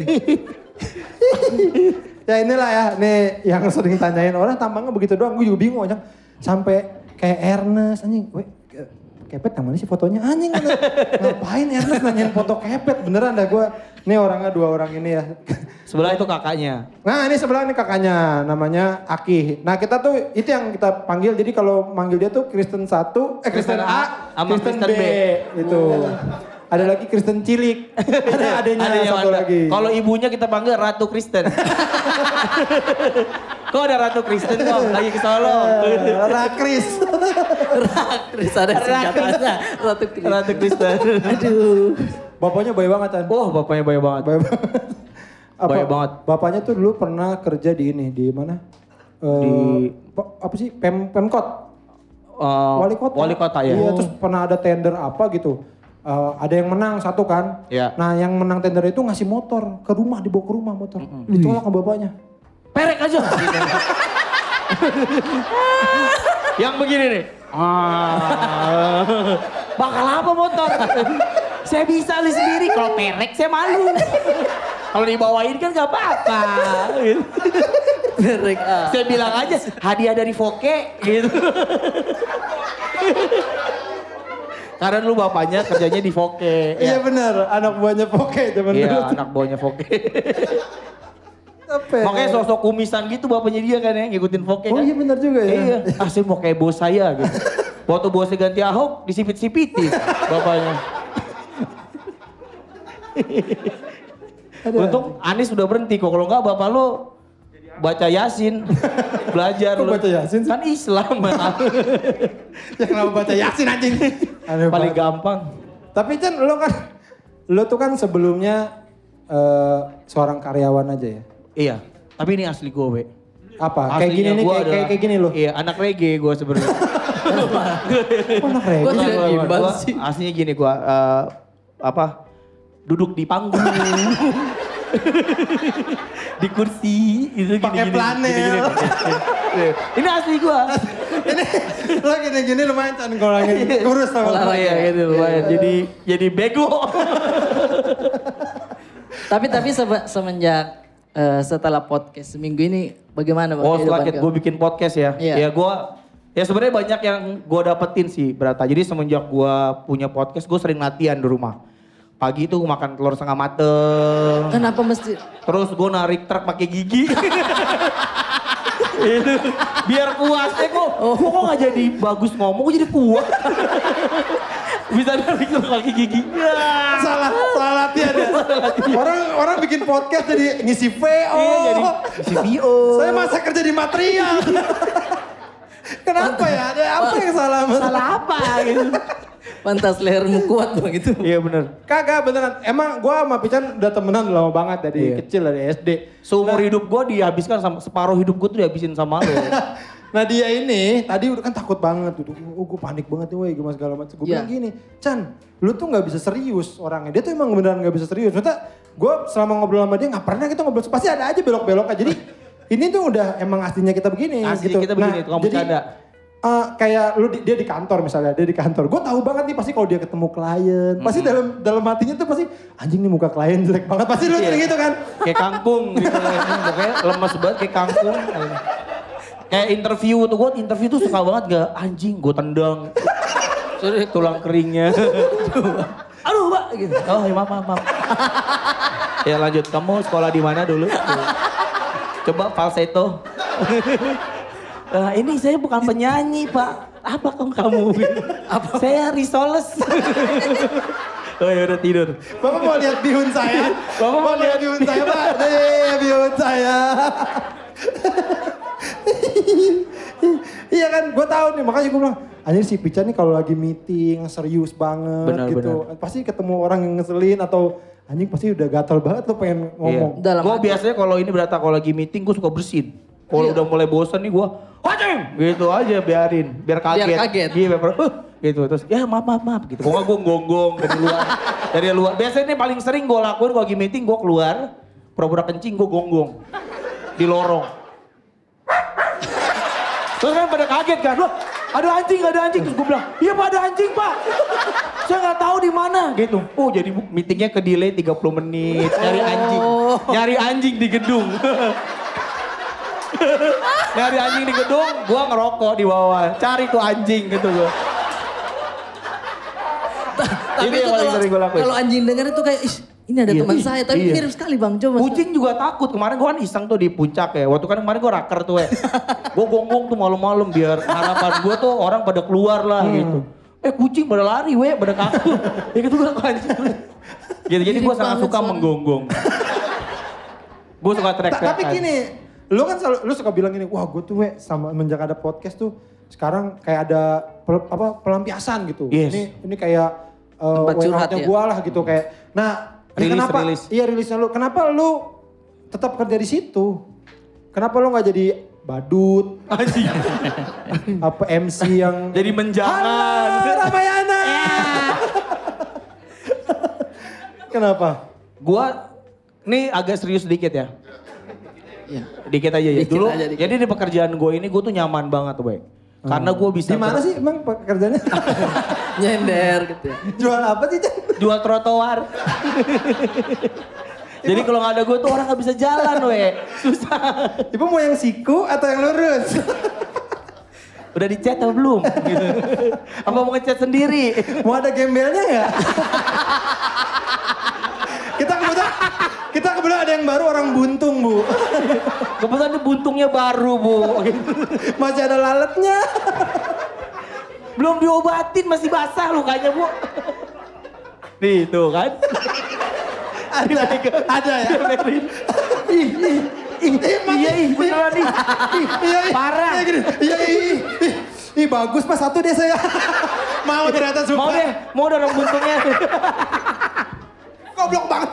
Speaker 2: ya inilah ya, nih yang sering tanyain orang tampangnya begitu doang, gue juga bingung anjing. Sampai kayak Ernest anjing, weh ke- kepet yang mana sih fotonya anjing anjing. ngapain Ernest nanyain foto kepet beneran dah gue nih orangnya dua orang ini ya
Speaker 1: Sebelah itu kakaknya.
Speaker 2: nah ini sebelah ini kakaknya namanya Aki nah kita tuh itu yang kita panggil jadi kalau manggil dia tuh Kristen satu eh Kristen,
Speaker 1: Kristen
Speaker 2: A
Speaker 1: A sama
Speaker 2: Kristen,
Speaker 1: Kristen
Speaker 2: B, itu ada lagi Kristen Cilik ada adanya
Speaker 1: Ada yang
Speaker 2: satu
Speaker 1: ada.
Speaker 2: lagi
Speaker 1: Kalau ibunya kita panggil Ratu Kristen. kok ada Ratu Kristen kok lagi ke Solo.
Speaker 2: Eh, Rakris
Speaker 3: Terus ada singkatannya Ratu Kris.
Speaker 1: Ratu Kristen.
Speaker 3: Aduh.
Speaker 2: Bapaknya baik banget kan?
Speaker 1: Wah, bapaknya banyak banget.
Speaker 2: Baik banget.
Speaker 1: Oh. Baik banget.
Speaker 2: Bapaknya tuh dulu pernah kerja di ini, di mana? di apa sih? Pem, Pemkot.
Speaker 1: Eh,
Speaker 2: wali kota.
Speaker 1: Wali kota ya.
Speaker 2: Iya, terus pernah ada tender apa gitu. Eh, ada yang menang satu kan.
Speaker 1: Iya.
Speaker 2: Nah, yang menang tender itu ngasih motor ke rumah, dibawa ke rumah motor. Ditolak ke bapaknya.
Speaker 1: Perek aja. yang begini nih. Ah. Bakal apa motor? saya bisa li sendiri. Kalau perek saya malu. Kalau dibawain kan gak apa-apa. gitu.
Speaker 3: Merek A.
Speaker 1: Saya bilang aja hadiah dari Foke gitu. Karena lu bapaknya kerjanya di Foke.
Speaker 2: Iya benar, anak buahnya poke zaman
Speaker 1: Iya,
Speaker 2: dulu.
Speaker 1: anak bawahnya Foke.
Speaker 2: Apa ya?
Speaker 1: Makanya sosok kumisan gitu bapaknya dia kan ya ngikutin Foke
Speaker 2: Oh
Speaker 1: kan.
Speaker 2: iya benar juga ya.
Speaker 1: Iya, ah saya mau kayak bos saya gitu. Waktu bosnya ganti Ahok, disipit-sipitin bapaknya.
Speaker 2: Ada.
Speaker 1: Untung Anies udah berhenti kok, kalau enggak bapak lu baca Yasin, belajar
Speaker 2: Kok
Speaker 1: lu.
Speaker 2: baca Yasin sih?
Speaker 1: Kan Islam.
Speaker 2: Yang nama baca Yasin anjing. Aneh
Speaker 1: Paling
Speaker 2: banget.
Speaker 1: gampang.
Speaker 2: Tapi Chan lo kan lo tuh kan sebelumnya eh, seorang karyawan aja ya.
Speaker 1: Iya, tapi ini asli gue, We.
Speaker 2: Apa? Ah, kayak
Speaker 1: Aslinya
Speaker 2: gini nih,
Speaker 1: gua
Speaker 2: kayak, kayak,
Speaker 1: adalah-
Speaker 2: kayak gini lo.
Speaker 1: Iya, anak reggae gue sebenarnya.
Speaker 2: Oh, anak reggae.
Speaker 3: Gua
Speaker 1: Gua-
Speaker 3: tidak
Speaker 1: gua-
Speaker 3: imbang
Speaker 1: gua-
Speaker 3: sih.
Speaker 1: Aslinya gini gue, eh, apa, duduk di panggung. di kursi itu gini
Speaker 2: Pakai
Speaker 1: gini,
Speaker 2: planel.
Speaker 1: gini, gini. Iya, ini asli gua
Speaker 2: lo gini gini lumayan Chan kalau lagi
Speaker 1: Iya.
Speaker 2: kurus sama
Speaker 3: Iya,
Speaker 2: lo.
Speaker 1: olahraga gitu lumayan jadi jadi bego
Speaker 3: Tapi tapi sebe- semenjak eh, setelah podcast seminggu ini bagaimana Bang?
Speaker 1: oh
Speaker 3: kehidupan
Speaker 1: setelah
Speaker 3: kamu?
Speaker 1: gue bikin podcast ya ya
Speaker 3: Iya.
Speaker 1: gua ya sebenarnya banyak yang gua dapetin sih berata jadi semenjak gua punya podcast gue sering latihan di rumah pagi itu makan telur setengah mateng
Speaker 3: Kenapa mesti
Speaker 1: Terus gue narik truk pakai gigi. itu biar kuat eh kok oh. kok nggak jadi bagus ngomong kok jadi kuat bisa narik truk pakai gigi ya.
Speaker 2: Salah, salah latihan ya. Orang orang bikin podcast jadi ngisi VO.
Speaker 1: Iya, jadi CPO
Speaker 2: Saya masa kerja di material. Kenapa ya? Ada apa yang salah? sama saya?
Speaker 1: salah apa gitu
Speaker 3: pantas lehermu kuat Bang itu?
Speaker 1: iya bener
Speaker 2: Kagak beneran. Emang gua sama Pican udah temenan lama banget dari
Speaker 1: Iya.
Speaker 2: kecil dari SD.
Speaker 1: seumur hidup gue dihabiskan sama separuh hidup gue tuh dihabisin sama lo
Speaker 2: Nah dia ini tadi udah kan takut banget duduk, oh gue panik banget nih woi gimana segala macam. Gue
Speaker 3: Iya.
Speaker 2: bilang gini, Chan lu tuh gak bisa serius orangnya. Dia tuh emang beneran gak bisa serius. Ternyata gue selama ngobrol sama dia gak pernah kita ngobrol, pasti ada aja belok-belok aja. Jadi ini tuh udah emang aslinya kita begini
Speaker 1: Aslinya
Speaker 2: gitu.
Speaker 1: kita begini, tukang bercanda.
Speaker 2: eh, kayak lu di- dia di kantor misalnya, dia di kantor. Gue tahu banget nih pasti kalau dia ketemu klien, pasti dalam dalam hatinya tuh pasti anjing nih muka klien jelek banget. Pasti lu
Speaker 1: Iya.
Speaker 2: kayak gitu kan.
Speaker 1: kayak kangkung gitu pokoknya lemes banget kayak kangkung kayak interview tuh gue interview tuh suka banget gak anjing gue tendang
Speaker 3: Sorry,
Speaker 1: tulang keringnya
Speaker 3: Aduh, Pak gitu.
Speaker 1: oh ya maaf maaf maaf. ya lanjut kamu sekolah di mana dulu coba falsetto Eh, ini saya bukan penyanyi pak apa kok kamu apa saya risoles oh ya udah tidur
Speaker 2: Bapak mau lihat bihun saya?
Speaker 1: Bapak mau lihat
Speaker 2: bihun saya, Pak? Nih, bihun saya. iya kan, gue tahu nih, makanya gue bilang, anjir si Pican nih kalau lagi meeting serius banget
Speaker 1: Benar,
Speaker 2: gitu. Pasti ketemu orang yang ngeselin atau anjing pasti udah gatal banget lo pengen ngomong.
Speaker 1: Iya.
Speaker 3: Dalam
Speaker 1: Gua
Speaker 3: hati. Iya.
Speaker 1: biasanya kalau ini berata kalau lagi meeting gue suka bersin. Kalau udah mulai bosan nih gue, anjing gitu aja biarin, biar kaget.
Speaker 3: Biar kaget.
Speaker 1: Iya, biar, "Huh, gitu terus ya maaf maaf maaf gitu kok gue gonggong dari luar dari luar biasanya paling sering gue lakuin gue lagi meeting gue keluar pura-pura kencing gue gonggong di lorong terus kan pada kaget kan loh ada anjing ada anjing terus gue bilang iya pak ada anjing pak saya nggak tahu di mana gitu oh jadi bu- meetingnya ke delay 30 menit nyari anjing
Speaker 3: Oh.
Speaker 1: nyari anjing di gedung nyari anjing di gedung gua ngerokok di bawah cari tuh anjing gitu gua
Speaker 3: Tapi
Speaker 1: Ini
Speaker 3: itu
Speaker 1: yang paling
Speaker 3: kalau
Speaker 1: sering gua lakuin.
Speaker 3: kalau anjing denger itu kayak "Ih, ini ada
Speaker 1: Iya.
Speaker 3: teman
Speaker 1: Ih,
Speaker 3: saya, tapi
Speaker 1: iya.
Speaker 3: mirip sekali Bang. Coba.
Speaker 1: Kucing juga takut. Kemarin gua kan iseng tuh di puncak ya. Waktu kan kemarin gua raker tuh ya. gua gonggong tuh malam-malam biar harapan gua tuh orang pada keluar lah gitu. Eh kucing pada lari weh, pada kaku. ya gitu gua lakukan. Gitu, jadi gua
Speaker 3: Mirip
Speaker 1: sangat
Speaker 3: banget
Speaker 1: suka
Speaker 3: suara.
Speaker 1: menggonggong. gua suka
Speaker 2: Ta-
Speaker 1: trek-trekan.
Speaker 2: tapi gini, lu kan selalu, lu suka bilang gini, wah gue tuh we sama menjak ada podcast tuh sekarang kayak ada pel- apa pelampiasan gitu.
Speaker 1: Yes.
Speaker 2: Ini ini kayak uh,
Speaker 3: Tempat curhat
Speaker 2: nya
Speaker 3: ya?
Speaker 2: gue lah gitu kayak. Nah, ya
Speaker 1: Rilis,
Speaker 2: kenapa?
Speaker 1: rilis.
Speaker 2: Iya rilisnya lu. Kenapa lu tetap kerja di situ? Kenapa lu nggak jadi badut
Speaker 1: Anjing.
Speaker 2: apa MC yang
Speaker 1: Jadi menjangan.
Speaker 2: Halo, Ramayana. Kenapa?
Speaker 1: Gua ini agak serius dikit ya.
Speaker 3: Iya.
Speaker 1: Dikit aja ya.
Speaker 3: Dikit
Speaker 1: Dulu
Speaker 3: aja, dikit.
Speaker 1: jadi di pekerjaan gue ini gue tuh nyaman banget, Boy. Karena gue bisa
Speaker 2: Di mana
Speaker 1: ber-
Speaker 2: sih emang pekerjaannya?
Speaker 3: Nyender gitu ya.
Speaker 2: Jual apa sih? Chan?
Speaker 1: jual trotoar. Jadi kalau nggak ada gue tuh orang nggak bisa jalan, we. Susah.
Speaker 2: Ibu mau yang siku atau yang lurus?
Speaker 1: Udah dicat atau belum? Gitu. Apa mau ngecat sendiri?
Speaker 2: Mau ada gembelnya nggak? kita kebetulan kita kebetulan ada yang baru orang buntung bu,
Speaker 1: Kebetulan tuh buntungnya baru, Bu. Gitu.
Speaker 2: masih ada lalatnya.
Speaker 1: Belum diobatin, masih basah lukanya, Bu. Nih, tuh kan.
Speaker 2: Ada, ada ya.
Speaker 1: Gemerin.
Speaker 2: Ih, ih, ih,
Speaker 1: Iya, ih, beneran nih.
Speaker 2: iya, ih.
Speaker 1: Parah.
Speaker 2: Iya, gini. Iya, ih, ih, ih, ih, bagus pas satu deh saya. Mau ternyata suka.
Speaker 1: Mau deh, mau dorong buntungnya.
Speaker 2: Goblok banget.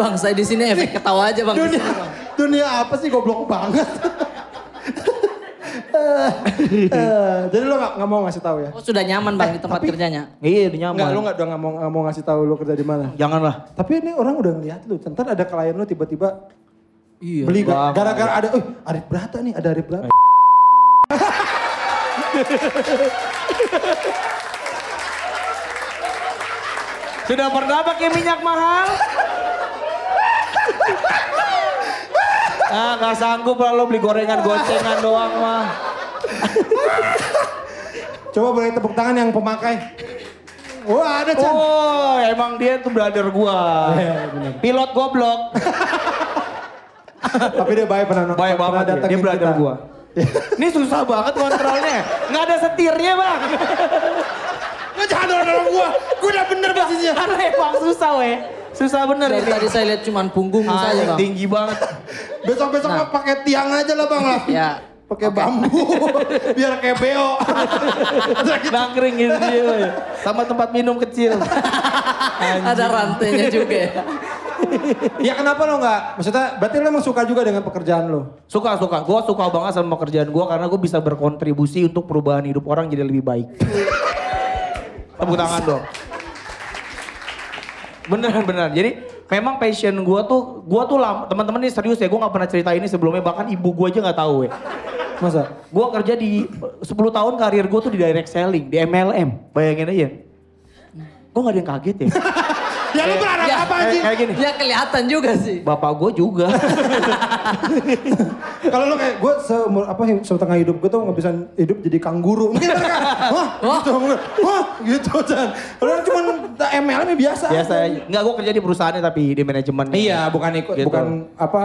Speaker 3: Bang, saya di sini efek ketawa aja, Bang. gitu.
Speaker 2: Dunia, dunia apa sih goblok banget? Eh, eh, jadi lo gak, nggak mau ngasih tahu ya?
Speaker 3: Oh, sudah nyaman, Bang, di tempat
Speaker 2: tapi-
Speaker 3: kerjanya.
Speaker 1: Iya, udah nyaman.
Speaker 2: Enggak, lu enggak udah nggak mau nggak mau ngasih tahu lu kerja di mana.
Speaker 1: Janganlah.
Speaker 2: Tapi ini orang udah ngeliat lu, ntar ada klien lu tiba-tiba
Speaker 3: Iya.
Speaker 2: beli
Speaker 1: Bang.
Speaker 2: ga- gara-gara ada, eh Arif Brata nih, ada Arif Brata.
Speaker 1: Sudah pernah pakai minyak mahal? ah, gak sanggup lah lo beli gorengan gocengan doang mah.
Speaker 2: Coba boleh tepuk tangan yang pemakai. Wah ada Chan.
Speaker 1: Oh, emang dia tuh brother gua.
Speaker 2: Iya, benar.
Speaker 1: Pilot goblok.
Speaker 2: Tapi dia baik pernah nonton.
Speaker 1: Baik banget dia, dia brother gua. Ini susah banget kontrolnya. Nggak ada setirnya bang.
Speaker 2: Lu jangan dorong gua, gua udah bener posisinya.
Speaker 1: Karena emang susah weh. Susah bener
Speaker 3: Dari
Speaker 1: ini.
Speaker 3: tadi saya lihat cuman punggung
Speaker 1: Ah,
Speaker 3: saja, Bang.
Speaker 1: tinggi banget.
Speaker 2: Besok-besok mah pakai tiang aja lah bang lah.
Speaker 3: Ya.
Speaker 2: Pakai bambu, biar kayak beo.
Speaker 1: Nangkring gitu dia weh. Sama tempat minum kecil.
Speaker 3: Ada rantainya juga ya.
Speaker 2: ya kenapa lo nggak? Maksudnya berarti lo emang suka juga dengan pekerjaan lo?
Speaker 1: Suka, suka. Gue suka banget sama pekerjaan gue karena gue bisa berkontribusi untuk perubahan hidup orang jadi lebih baik. Tepuk tangan dong. Beneran, beneran. Jadi memang passion gue tuh, gue tuh lama, teman-teman ini serius ya, gue gak pernah cerita ini sebelumnya, bahkan ibu gue aja gak tahu ya.
Speaker 2: Masa?
Speaker 1: Gue kerja di 10 tahun karir gue tuh di direct selling, di MLM. Bayangin aja. Gue gak ada yang kaget ya.
Speaker 2: Ya lu berharap
Speaker 3: Ya,
Speaker 2: apa
Speaker 1: Kayak-
Speaker 2: anjing?
Speaker 1: kayak gini,
Speaker 3: Ya kelihatan juga sih.
Speaker 1: bapak gue juga.
Speaker 2: Kalau lu kayak gue seumur apa setengah hidup gue tuh nggak bisa hidup jadi kangguru. Mungkin mereka wah gitu, wah gitu Chan. Padahal cuma MLM -nya biasa. ya,
Speaker 1: Biasa aja. Enggak, gue kerja di perusahaannya tapi di manajemen.
Speaker 2: Iya, bukan ikut,
Speaker 1: Gitu.
Speaker 2: bukan apa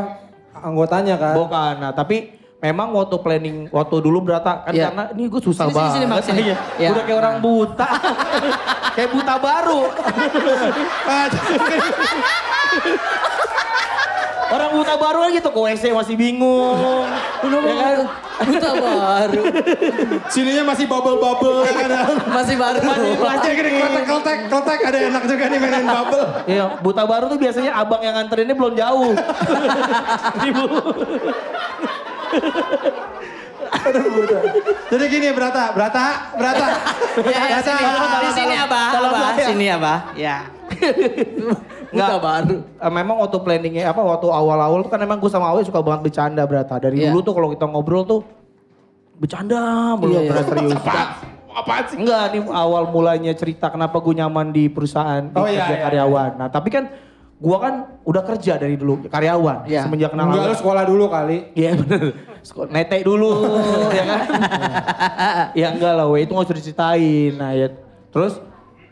Speaker 2: anggotanya kan.
Speaker 1: Bukan, nah tapi memang waktu planning, waktu dulu berata kan
Speaker 3: Iya.
Speaker 1: karena ini gue susah
Speaker 3: Sini, sini,
Speaker 1: banget.
Speaker 3: sini, Bang, sini.
Speaker 1: Iya.
Speaker 3: Iya.
Speaker 1: Udah kayak orang buta. kayak buta baru.
Speaker 2: Ah,
Speaker 1: Orang buta baru aja gitu ke WC masih bingung.
Speaker 3: Iya.
Speaker 1: ya kan?
Speaker 3: Buta baru.
Speaker 2: sininya masih bubble-bubble ya kan.
Speaker 3: Masih baru.
Speaker 1: Masih baru.
Speaker 2: Masih gini kletek-kletek, kletek ada enak juga nih mainin bubble.
Speaker 1: Iya, buta baru tuh biasanya abang yang nganterinnya belum jauh. Ibu.
Speaker 2: Aduh, buta. Jadi gini Brata, Brata, Brata.
Speaker 3: Ya, ya, sini,
Speaker 2: Brata.
Speaker 3: di sini abah,
Speaker 1: kalau
Speaker 3: abah,
Speaker 1: saya-
Speaker 3: sini abah, ya. Udah baru.
Speaker 1: Eh, memang waktu planningnya apa waktu awal-awal tuh kan emang gue sama Awe suka banget bercanda berata dari
Speaker 3: Iya.
Speaker 1: dulu tuh kalau kita ngobrol tuh bercanda
Speaker 3: Iya,
Speaker 1: belum
Speaker 3: iya.
Speaker 1: pernah serius enggak nih awal mulanya cerita kenapa gue nyaman di perusahaan di
Speaker 2: Oh, iya,
Speaker 1: kerja
Speaker 2: iya,
Speaker 1: karyawan nah tapi kan gue kan udah kerja dari dulu karyawan
Speaker 3: Iya.
Speaker 1: semenjak kenal
Speaker 2: Enggak
Speaker 1: Awe.
Speaker 2: lu sekolah dulu kali.
Speaker 1: Iya bener. Sko- Netek dulu ya kan. ya enggak lah we, itu nggak usah diceritain. Nah ya terus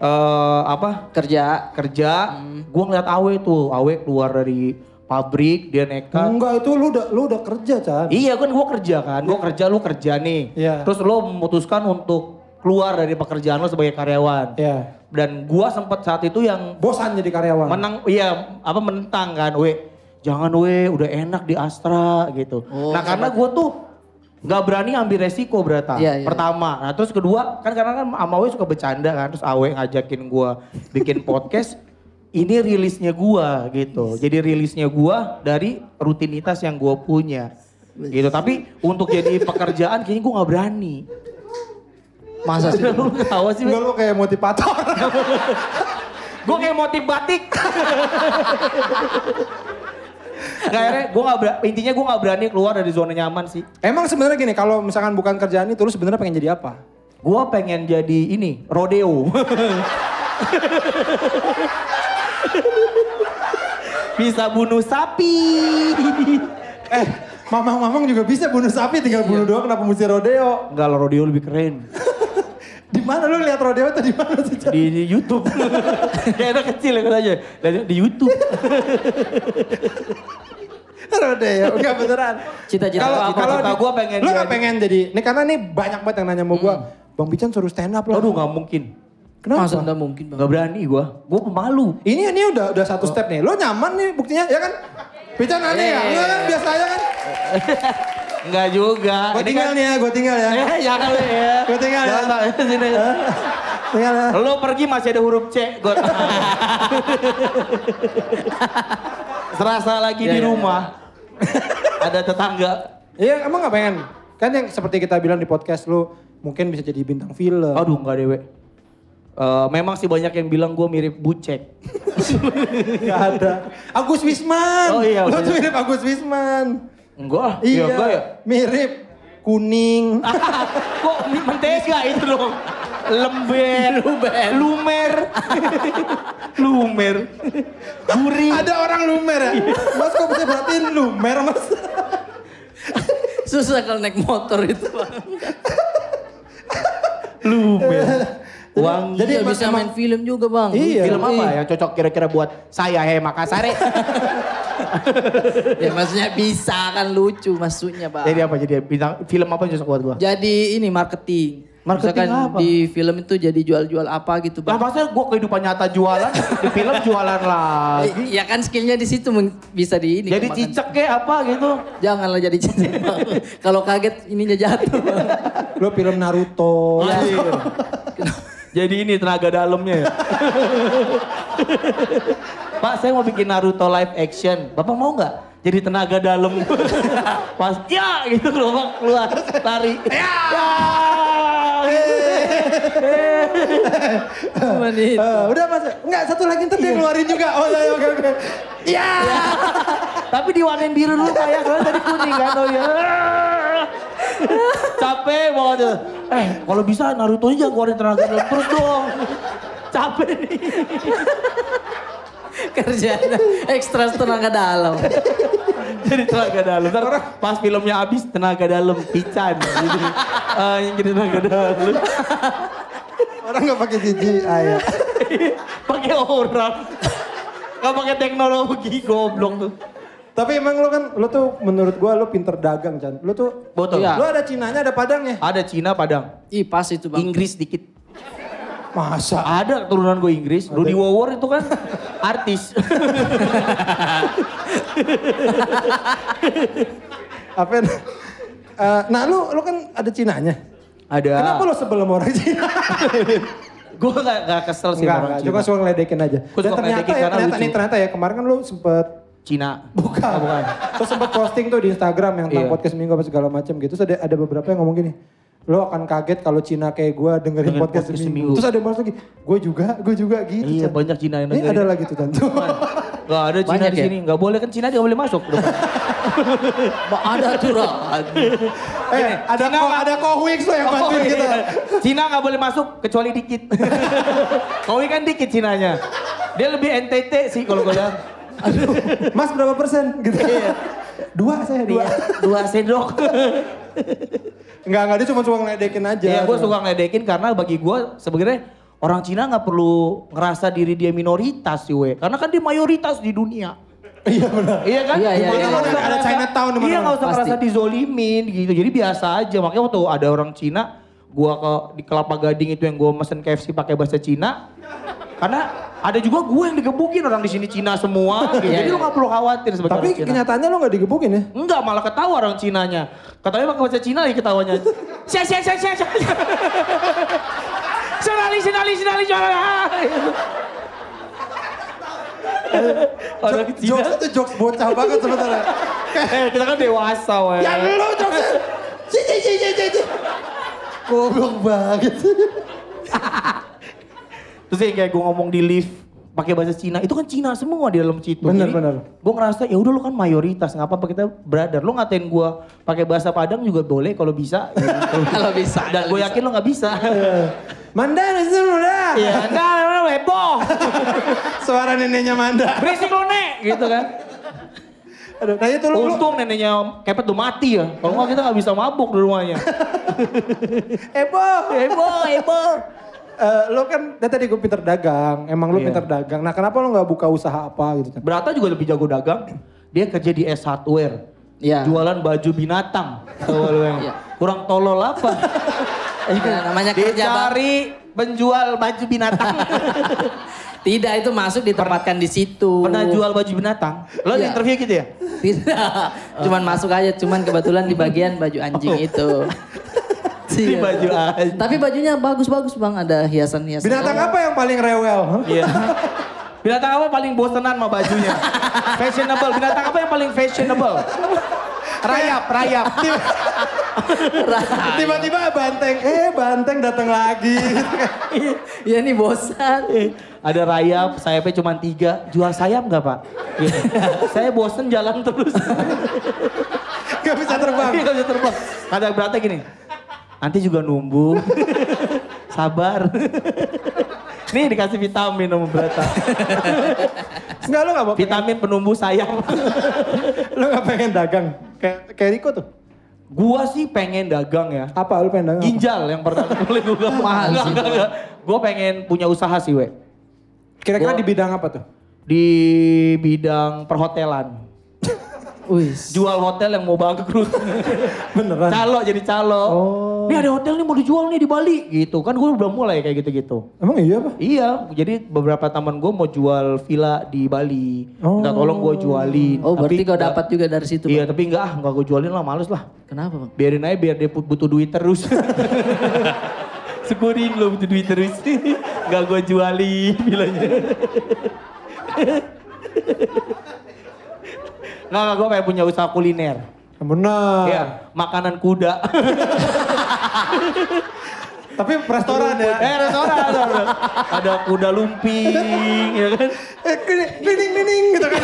Speaker 1: eh apa
Speaker 3: Kerja.
Speaker 1: kerja
Speaker 2: Hmm.
Speaker 1: gua ngeliat Awe tuh. Awe keluar dari pabrik dia nekat.
Speaker 2: Enggak itu lu udah lu udah kerja, Chan.
Speaker 1: Iya kan gua kerja kan. Gua kerja lu kerja nih.
Speaker 2: Hmm. Iya.
Speaker 1: Terus lo memutuskan untuk keluar dari pekerjaan lo sebagai karyawan.
Speaker 2: Iya.
Speaker 1: Dan gua sempat saat itu yang
Speaker 2: Bosan jadi karyawan.
Speaker 1: menang iya apa menentang kan we jangan we udah enak di Astra gitu
Speaker 3: Oh,
Speaker 1: nah karena gue tuh nggak berani ambil resiko berata
Speaker 3: Iya, iya.
Speaker 1: pertama nah terus kedua kan karena kan sama we suka bercanda kan terus awe ngajakin gue bikin podcast ini rilisnya gua gitu jadi rilisnya gua dari rutinitas yang gua punya gitu tapi untuk jadi pekerjaan kayaknya gue nggak berani
Speaker 3: Masa sih?
Speaker 1: lu ketawa sih
Speaker 2: Enggak lu kayak motivator.
Speaker 1: Gue kayak motif batik. Gak akhirnya gue gak berani, intinya gue gak berani keluar dari zona nyaman sih.
Speaker 2: Emang sebenarnya gini, kalau misalkan bukan kerjaan itu lu sebenarnya pengen jadi apa?
Speaker 1: Gue pengen jadi ini, rodeo. Bisa bunuh sapi.
Speaker 2: Eh, mamang-mamang juga bisa bunuh sapi tinggal bunuh doang kenapa mesti rodeo?
Speaker 1: Enggak lah rodeo lebih keren.
Speaker 2: Di mana lu lihat rodeo itu di mana sih? Chan?
Speaker 1: Di, di Youtube. Kayak anak kecil ya aja. Di Youtube.
Speaker 2: rodeo, enggak beneran.
Speaker 3: Cita-cita
Speaker 2: Kalau
Speaker 3: lu apa?
Speaker 2: kalau
Speaker 1: Cita
Speaker 2: di-
Speaker 1: gua pengen
Speaker 2: Lu nggak
Speaker 1: jadi- Hmm.
Speaker 2: pengen jadi. Nih karena nih banyak banget yang nanya sama gua. Bang Bican suruh stand up lah.
Speaker 1: Aduh gak mungkin.
Speaker 2: Kenapa?
Speaker 3: Masa nggak mungkin bang?
Speaker 1: Gak berani gue. Gue pemalu.
Speaker 2: Ini ini udah udah satu step nih. Lo nyaman nih buktinya ya kan? Pican aneh
Speaker 1: Iya,
Speaker 2: ya? Enggak kan biasa aja kan?
Speaker 1: Enggak juga.
Speaker 2: Gue
Speaker 1: Nah, Ini
Speaker 2: tinggal
Speaker 1: kan-
Speaker 2: nih ya, gue tinggal ya.
Speaker 1: Eh, jangan lu ya.
Speaker 2: Gua tinggal ya.
Speaker 1: Jangan, Pak. Sini.
Speaker 2: Tinggal ya.
Speaker 1: Lo pergi masih ada huruf C, gue Serasa lagi
Speaker 3: Ya,
Speaker 1: di
Speaker 3: ya, ya.
Speaker 1: rumah. ada tetangga.
Speaker 2: Iya emang gak pengen? Kan yang seperti kita bilang di podcast lo mungkin bisa jadi bintang film.
Speaker 1: Aduh enggak dewe. Eh, memang sih banyak yang bilang gue mirip Bucek.
Speaker 2: Gak ada. Agus Wisman.
Speaker 1: Oh iya,
Speaker 2: Lo tuh
Speaker 1: bener.
Speaker 2: mirip Agus Wisman.
Speaker 1: Enggak,
Speaker 2: Iya.
Speaker 1: enggak ya.
Speaker 2: Mirip kuning.
Speaker 1: Kok mi- mentega itu dong? Lember,
Speaker 3: Lumer.
Speaker 1: lumer, lumer, gurih.
Speaker 2: Ada orang lumer ya?
Speaker 1: Iya.
Speaker 2: Mas kok bisa berartiin lumer mas?
Speaker 3: Susah kalau naik motor itu bang.
Speaker 1: lumer, wangi.
Speaker 2: Jadi
Speaker 3: Jadi
Speaker 2: emang-
Speaker 3: bisa main
Speaker 2: emang-
Speaker 3: film ya? juga bang.
Speaker 2: Iya.
Speaker 1: Film apa yang cocok kira-kira buat saya Hei Makassare?
Speaker 3: Ya maksudnya bisa kan lucu maksudnya bang.
Speaker 1: jadi apa? Jadi bintang film apa yang cocok buat gua?
Speaker 3: Jadi ini marketing.
Speaker 1: Marketing
Speaker 3: Misalkan
Speaker 1: apa?
Speaker 3: di film itu jadi jual-jual apa gitu
Speaker 1: Lah
Speaker 3: bang.
Speaker 1: masa gua kehidupan nyata jualan, di film jualan lagi.
Speaker 3: Eh, ya kan skillnya di situ meng- bisa di ini.
Speaker 1: Jadi
Speaker 3: kemakan.
Speaker 1: cicak kayak apa gitu.
Speaker 3: Janganlah jadi cicak bang. Kalau kaget ininya jatuh bang.
Speaker 2: Lo film Naruto.
Speaker 1: Oh, iya. Jadi ini tenaga dalamnya ya. Pak, saya mau bikin Naruto live action. Bapak mau nggak? Jadi tenaga dalam. Pas ya gitu gerobak keluar, lari. Ya. Eh.
Speaker 3: Cuman itu.
Speaker 2: Eh, udah mas, enggak satu lagi ntar dia keluarin juga. Oh iya, iya, oke oke.
Speaker 1: Ya. Tapi diwarnain biru dulu Pak ya, karena tadi kuning kan. Oh ya. Capek banget. ya. Eh, kalau bisa Naruto nya jangan keluarin tenaga dalam terus dong. Capek nih.
Speaker 3: Kerjaan ekstra tenaga dalam.
Speaker 1: Jadi tenaga dalam. Ntar pas filmnya habis tenaga dalam pican. Gitu. Ah, yang jadi tenaga dalam.
Speaker 2: Orang nggak pakai
Speaker 1: Iya.
Speaker 2: CGI ya.
Speaker 1: pakai orang. Gak pakai teknologi goblok tuh.
Speaker 2: Tapi emang lo kan, lo tuh menurut gua lo pinter dagang Chan. Lo tuh,
Speaker 1: Betul. Iya.
Speaker 2: lo ada Cinanya ada Padangnya.
Speaker 1: Ada Cina Padang.
Speaker 3: Ih pas itu bang.
Speaker 1: Inggris dikit.
Speaker 2: Masa?
Speaker 1: Ada keturunan gue Inggris. Rudy Wawor itu kan artis.
Speaker 2: Apa? yang- Eh, nah lo, lo kan ada Cinanya.
Speaker 1: Ada.
Speaker 2: Kenapa lo sebelum orang Cina?
Speaker 1: Gue gak, gak kesel sih
Speaker 2: Enggak,
Speaker 1: sama orang
Speaker 2: enggak.
Speaker 1: Cina.
Speaker 2: Cuma suka ngeledekin aja. Dan
Speaker 1: Gua suka
Speaker 2: ternyata
Speaker 1: ngeledekin
Speaker 2: ya,
Speaker 1: karena
Speaker 2: ternyata
Speaker 1: lucu.
Speaker 2: nih, ternyata ya kemarin kan lo sempet
Speaker 1: Cina.
Speaker 2: Bukan.
Speaker 1: Oh, bukan.
Speaker 2: Terus sempat posting tuh di Instagram yang tentang
Speaker 1: Iya.
Speaker 2: podcast minggu apa segala macam gitu. Terus ada, ada beberapa yang ngomong gini. lo akan kaget kalau Cina kayak gue dengerin
Speaker 1: Dengerin
Speaker 2: podcast,
Speaker 1: podcast
Speaker 2: seminggu.
Speaker 1: seminggu.
Speaker 2: Terus ada yang balas lagi, gue juga, gue juga gitu.
Speaker 1: Iya,
Speaker 2: Chan.
Speaker 1: banyak Cina yang
Speaker 2: Ini
Speaker 1: dengerin.
Speaker 2: ada lagi tuh tentu.
Speaker 1: Gak ada Cina
Speaker 3: Banyak
Speaker 1: di
Speaker 3: ya?
Speaker 1: sini, nggak boleh kan Cina juga boleh masuk. ke depan.
Speaker 3: Ba- Ada curang.
Speaker 2: eh, ada
Speaker 1: Cina
Speaker 2: ko,
Speaker 1: nggak-
Speaker 2: ada Kohwix lo yang bantuin
Speaker 1: iya.
Speaker 2: kita.
Speaker 1: Cina nggak boleh masuk kecuali dikit. Kowi kan dikit Cinanya. Dia lebih NTT sih kalau gue bilang.
Speaker 2: Mas berapa persen? Gitu.
Speaker 1: Iya.
Speaker 2: dua saya dua.
Speaker 1: Dua, Iya, dua sendok.
Speaker 2: Enggak enggak dia cuma cuma ngeledekin aja.
Speaker 1: Iya, gue suka ngeledekin karena bagi gue sebenarnya orang Cina nggak perlu ngerasa diri dia minoritas sih we. Karena kan dia mayoritas di dunia.
Speaker 2: Iya benar.
Speaker 1: Iya kan?
Speaker 3: Iya, iya,
Speaker 1: Makanya
Speaker 3: iya,
Speaker 1: nggak
Speaker 2: iya.
Speaker 1: usah
Speaker 2: Ada
Speaker 1: ngerasa-
Speaker 2: Chinatown di
Speaker 1: Iya
Speaker 2: mana-mana.
Speaker 1: nggak usah
Speaker 3: Pasti.
Speaker 1: merasa dizolimin gitu. Jadi biasa aja. Makanya waktu ada orang Cina, gua ke di Kelapa Gading itu yang gua mesen KFC pakai bahasa Cina. Karena ada juga gua yang digebukin orang di sini Cina semua. gitu.
Speaker 3: Iya,
Speaker 1: Jadi lu
Speaker 3: iya.
Speaker 1: nggak perlu khawatir sebagai
Speaker 2: Tapi
Speaker 1: orang Cina.
Speaker 2: kenyataannya lo nggak digebukin ya?
Speaker 1: Enggak, malah ketawa orang Cinanya. Katanya pakai bahasa Cina lagi ketawanya. Sia sia sia sia. sia. Senali senali senali senali. Orang
Speaker 2: Jok-
Speaker 1: Cina.
Speaker 2: Jokes itu jokes bocah banget sebenarnya.
Speaker 1: Eh, kita kan dewasa, weh.
Speaker 2: ya lo jokes. Ci ci ci ci ci, ci. Goblok banget.
Speaker 1: Terus yang kayak gue ngomong di lift pakai bahasa Cina, itu kan Cina semua di dalam situ.
Speaker 2: Bener, bener.
Speaker 1: Gue ngerasa ya udah lu kan mayoritas, nggak apa-apa kita brother. Lu ngatain gue pakai bahasa Padang juga boleh kalau bisa. ya gitu.
Speaker 3: Kalau bisa.
Speaker 1: Dan
Speaker 3: kalau
Speaker 1: gue
Speaker 3: bisa.
Speaker 1: yakin lu nggak bisa.
Speaker 2: Mandar sudah.
Speaker 1: Iya, enggak, enggak, heboh.
Speaker 2: Suara neneknya Manda.
Speaker 1: Berisik lu, Nek, gitu kan.
Speaker 2: Aduh, nah itu lu, lu-
Speaker 1: Untung neneknya kepet tuh mati ya. Kalau nggak kita nggak bisa mabuk di rumahnya.
Speaker 2: eh Bo.
Speaker 1: heboh, heboh.
Speaker 2: Eh, lo kan dari tadi gue pinter dagang, emang lo
Speaker 1: Iya.
Speaker 2: pinter dagang. Nah kenapa lo nggak buka usaha apa gitu? Chan?
Speaker 1: Berata juga lebih jago dagang. Dia kerja di S Hardware.
Speaker 3: Iya.
Speaker 1: Jualan baju binatang. Tahu lu yang-
Speaker 3: Iya.
Speaker 1: Kurang tolol apa? Iya.
Speaker 3: Ya, namanya
Speaker 1: Dia
Speaker 3: kerja, Bang.
Speaker 1: cari penjual baju binatang.
Speaker 3: Tidak itu masuk ditempatkan di situ.
Speaker 1: Pernah jual baju binatang? Lo
Speaker 3: Iya.
Speaker 1: interview gitu ya?
Speaker 3: Tidak. Cuman masuk aja, cuman kebetulan di bagian baju anjing
Speaker 1: Oh.
Speaker 3: itu. Iya.
Speaker 1: Di baju anjing.
Speaker 3: Tapi bajunya bagus-bagus bang, ada hiasan-hiasan.
Speaker 2: Binatang apa yang paling rewel?
Speaker 1: Iya. Binatang apa paling bosenan sama bajunya? Fashionable. Binatang apa yang paling fashionable? Rayap, rayap.
Speaker 3: Rah.
Speaker 2: Tiba-tiba banteng, eh banteng datang lagi.
Speaker 3: Iya nih bosan.
Speaker 1: Eh, Ada rayap, sayapnya cuma tiga. Jual sayap nggak pak? Gitu. Saya bosen jalan terus.
Speaker 2: Gak bisa terbang.
Speaker 1: Iya, nggak bisa terbang. Ada beratnya gini. Nanti juga numbuh. Sabar. Nih dikasih vitamin sama berata.
Speaker 2: Enggak lo nggak mau,
Speaker 1: Vitamin penumbuh sayap.
Speaker 2: lo nggak pengen dagang? Kayak kayak Riko tuh.
Speaker 1: Gua sih pengen dagang ya.
Speaker 2: Apa lo pengen dagang? apa?
Speaker 1: Ginjal yang pertama kali gue bilang.
Speaker 3: Mahal sih.
Speaker 1: Gue pengen punya usaha sih we.
Speaker 2: Kira-kira
Speaker 1: Gua-
Speaker 2: di bidang apa tuh?
Speaker 1: Di bidang perhotelan.
Speaker 3: Wis.
Speaker 1: Jual hotel yang mau bangkrut.
Speaker 2: Beneran.
Speaker 1: calo jadi calo.
Speaker 2: Oh.
Speaker 1: Nih ada hotel nih mau dijual nih di Bali gitu. Kan gue udah mulai kayak gitu-gitu.
Speaker 2: Emang iya apa?
Speaker 1: Iya, jadi beberapa teman gue mau jual villa di Bali.
Speaker 2: Oh.
Speaker 1: Minta tolong gue jualin.
Speaker 3: Oh berarti kau
Speaker 1: nggak-
Speaker 3: dapat juga dari situ.
Speaker 1: Iya,
Speaker 3: Bang.
Speaker 1: tapi enggak ah, enggak gue jualin lah, males lah.
Speaker 3: Kenapa bang?
Speaker 1: Biarin aja biar dia put- butuh duit terus. Syukurin lo butuh duit terus. Enggak gue jualin bilangnya. Enggak, enggak gue pengen punya usaha kuliner.
Speaker 2: Benar.
Speaker 1: Iya, makanan kuda.
Speaker 2: Tapi restoran ya.
Speaker 1: eh, restoran. restoran. Ada kuda lumping, ya kan?
Speaker 2: Eh, klining, klining gitu kan.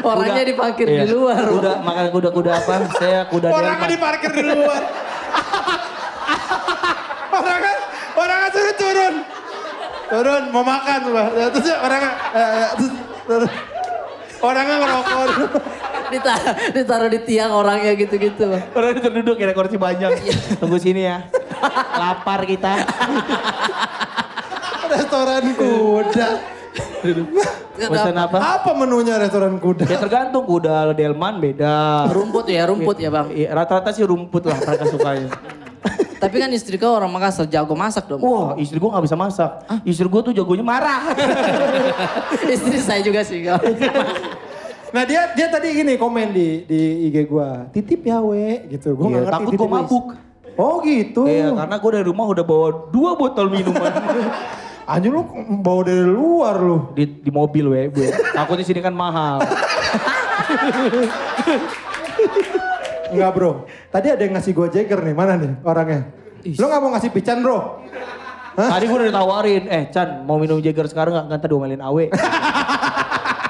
Speaker 3: Orangnya diparkir
Speaker 1: Iya.
Speaker 3: di luar. Bang.
Speaker 1: Kuda, makan kuda-kuda apa? Saya kuda
Speaker 2: Orangnya
Speaker 1: Denmark.
Speaker 2: diparkir di luar. orangnya, orangnya suruh turun. Turun, mau makan. Mbak. Terus ya orangnya, eh, eh, terus, terus. orangnya ngerokok.
Speaker 3: Ditaruh, ditaruh di tiang orangnya gitu-gitu bang.
Speaker 1: Orang itu duduk ya, ada kursi banyak. Tunggu sini ya. Lapar kita.
Speaker 2: restoran kuda.
Speaker 1: Pesan apa?
Speaker 2: Apa menunya restoran kuda?
Speaker 1: Ya tergantung kuda delman beda.
Speaker 3: Rumput ya, rumput ya bang.
Speaker 1: Iya, Rata-rata sih rumput lah mereka sukanya.
Speaker 3: Tapi kan istri kau orang Makassar jago masak dong.
Speaker 1: Wah istri gua gak bisa masak. Istri gua tuh jagonya marah.
Speaker 3: istri saya juga sih kau.
Speaker 2: Nah dia dia tadi gini komen di di IG gua, titip ya we gitu. Gua nggak
Speaker 1: Iya,
Speaker 2: ngerti
Speaker 1: takut gua
Speaker 2: titip, wis.
Speaker 1: mabuk.
Speaker 2: Oh gitu.
Speaker 1: Iya karena gua dari rumah udah bawa dua botol minuman.
Speaker 2: Anjir lu bawa dari luar lu.
Speaker 1: di, di mobil we gue. Takutnya sini kan mahal.
Speaker 2: Enggak bro, tadi ada yang ngasih gue Jagger nih, mana nih orangnya? Lo gak mau ngasih pican bro?
Speaker 1: Tadi gue udah ditawarin, eh Chan mau minum Jagger sekarang gak? Ntar diomelin Awe.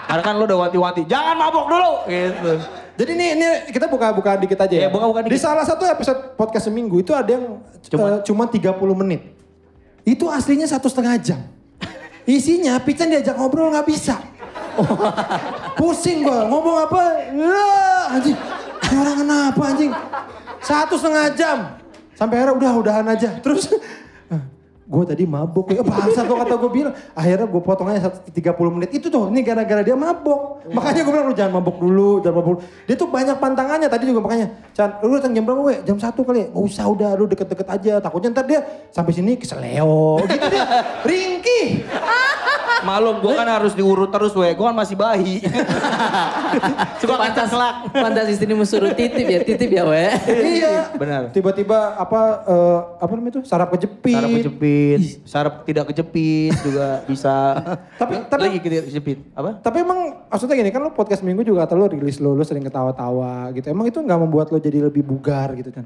Speaker 1: Karena kan lo udah wanti-wanti, jangan mabok dulu gitu.
Speaker 2: Jadi nih, ini kita buka-bukaan dikit aja ya.
Speaker 1: Iya, buka-bukaan
Speaker 2: Di
Speaker 1: dikit.
Speaker 2: salah satu episode podcast seminggu itu ada yang eh, cuma 30 menit. Itu aslinya satu setengah jam. Isinya Pican diajak ngobrol nggak bisa. Pusing gue, ngomong apa? Lah, anjing, ini orang kenapa anjing? Satu setengah jam. Sampai akhirnya udah udahan aja. Terus gue tadi mabok ya bahasa kok kata gue bilang akhirnya gue potong aja satu- 30 menit itu tuh ini gara-gara dia mabok makanya gue bilang lu jangan mabok dulu jangan mabok dulu. dia tuh banyak pantangannya tadi juga makanya Chan lu datang jam berapa we jam satu kali ya? nggak usah udah lu deket-deket aja takutnya ntar dia sampai sini keseleo gitu dia ringkih
Speaker 1: Malum, gue kan harus diurut terus weh, gue kan masih bayi. Suka
Speaker 3: pantas,
Speaker 1: kecelak.
Speaker 3: pantas istri suruh titip ya, titip ya we.
Speaker 2: iya
Speaker 1: Eh, Benar.
Speaker 2: tiba-tiba apa eh, apa namanya tuh sarap kejepit
Speaker 1: Sarap kejepit, sarap tidak kejepit juga bisa.
Speaker 2: Tapi- tapi-
Speaker 1: lagi tidak kejepit. Apa?
Speaker 2: Tapi emang maksudnya gini kan lo podcast minggu juga atau lo rilis lo, lo sering ketawa-tawa gitu. Emang itu nggak membuat lo jadi lebih bugar gitu kan?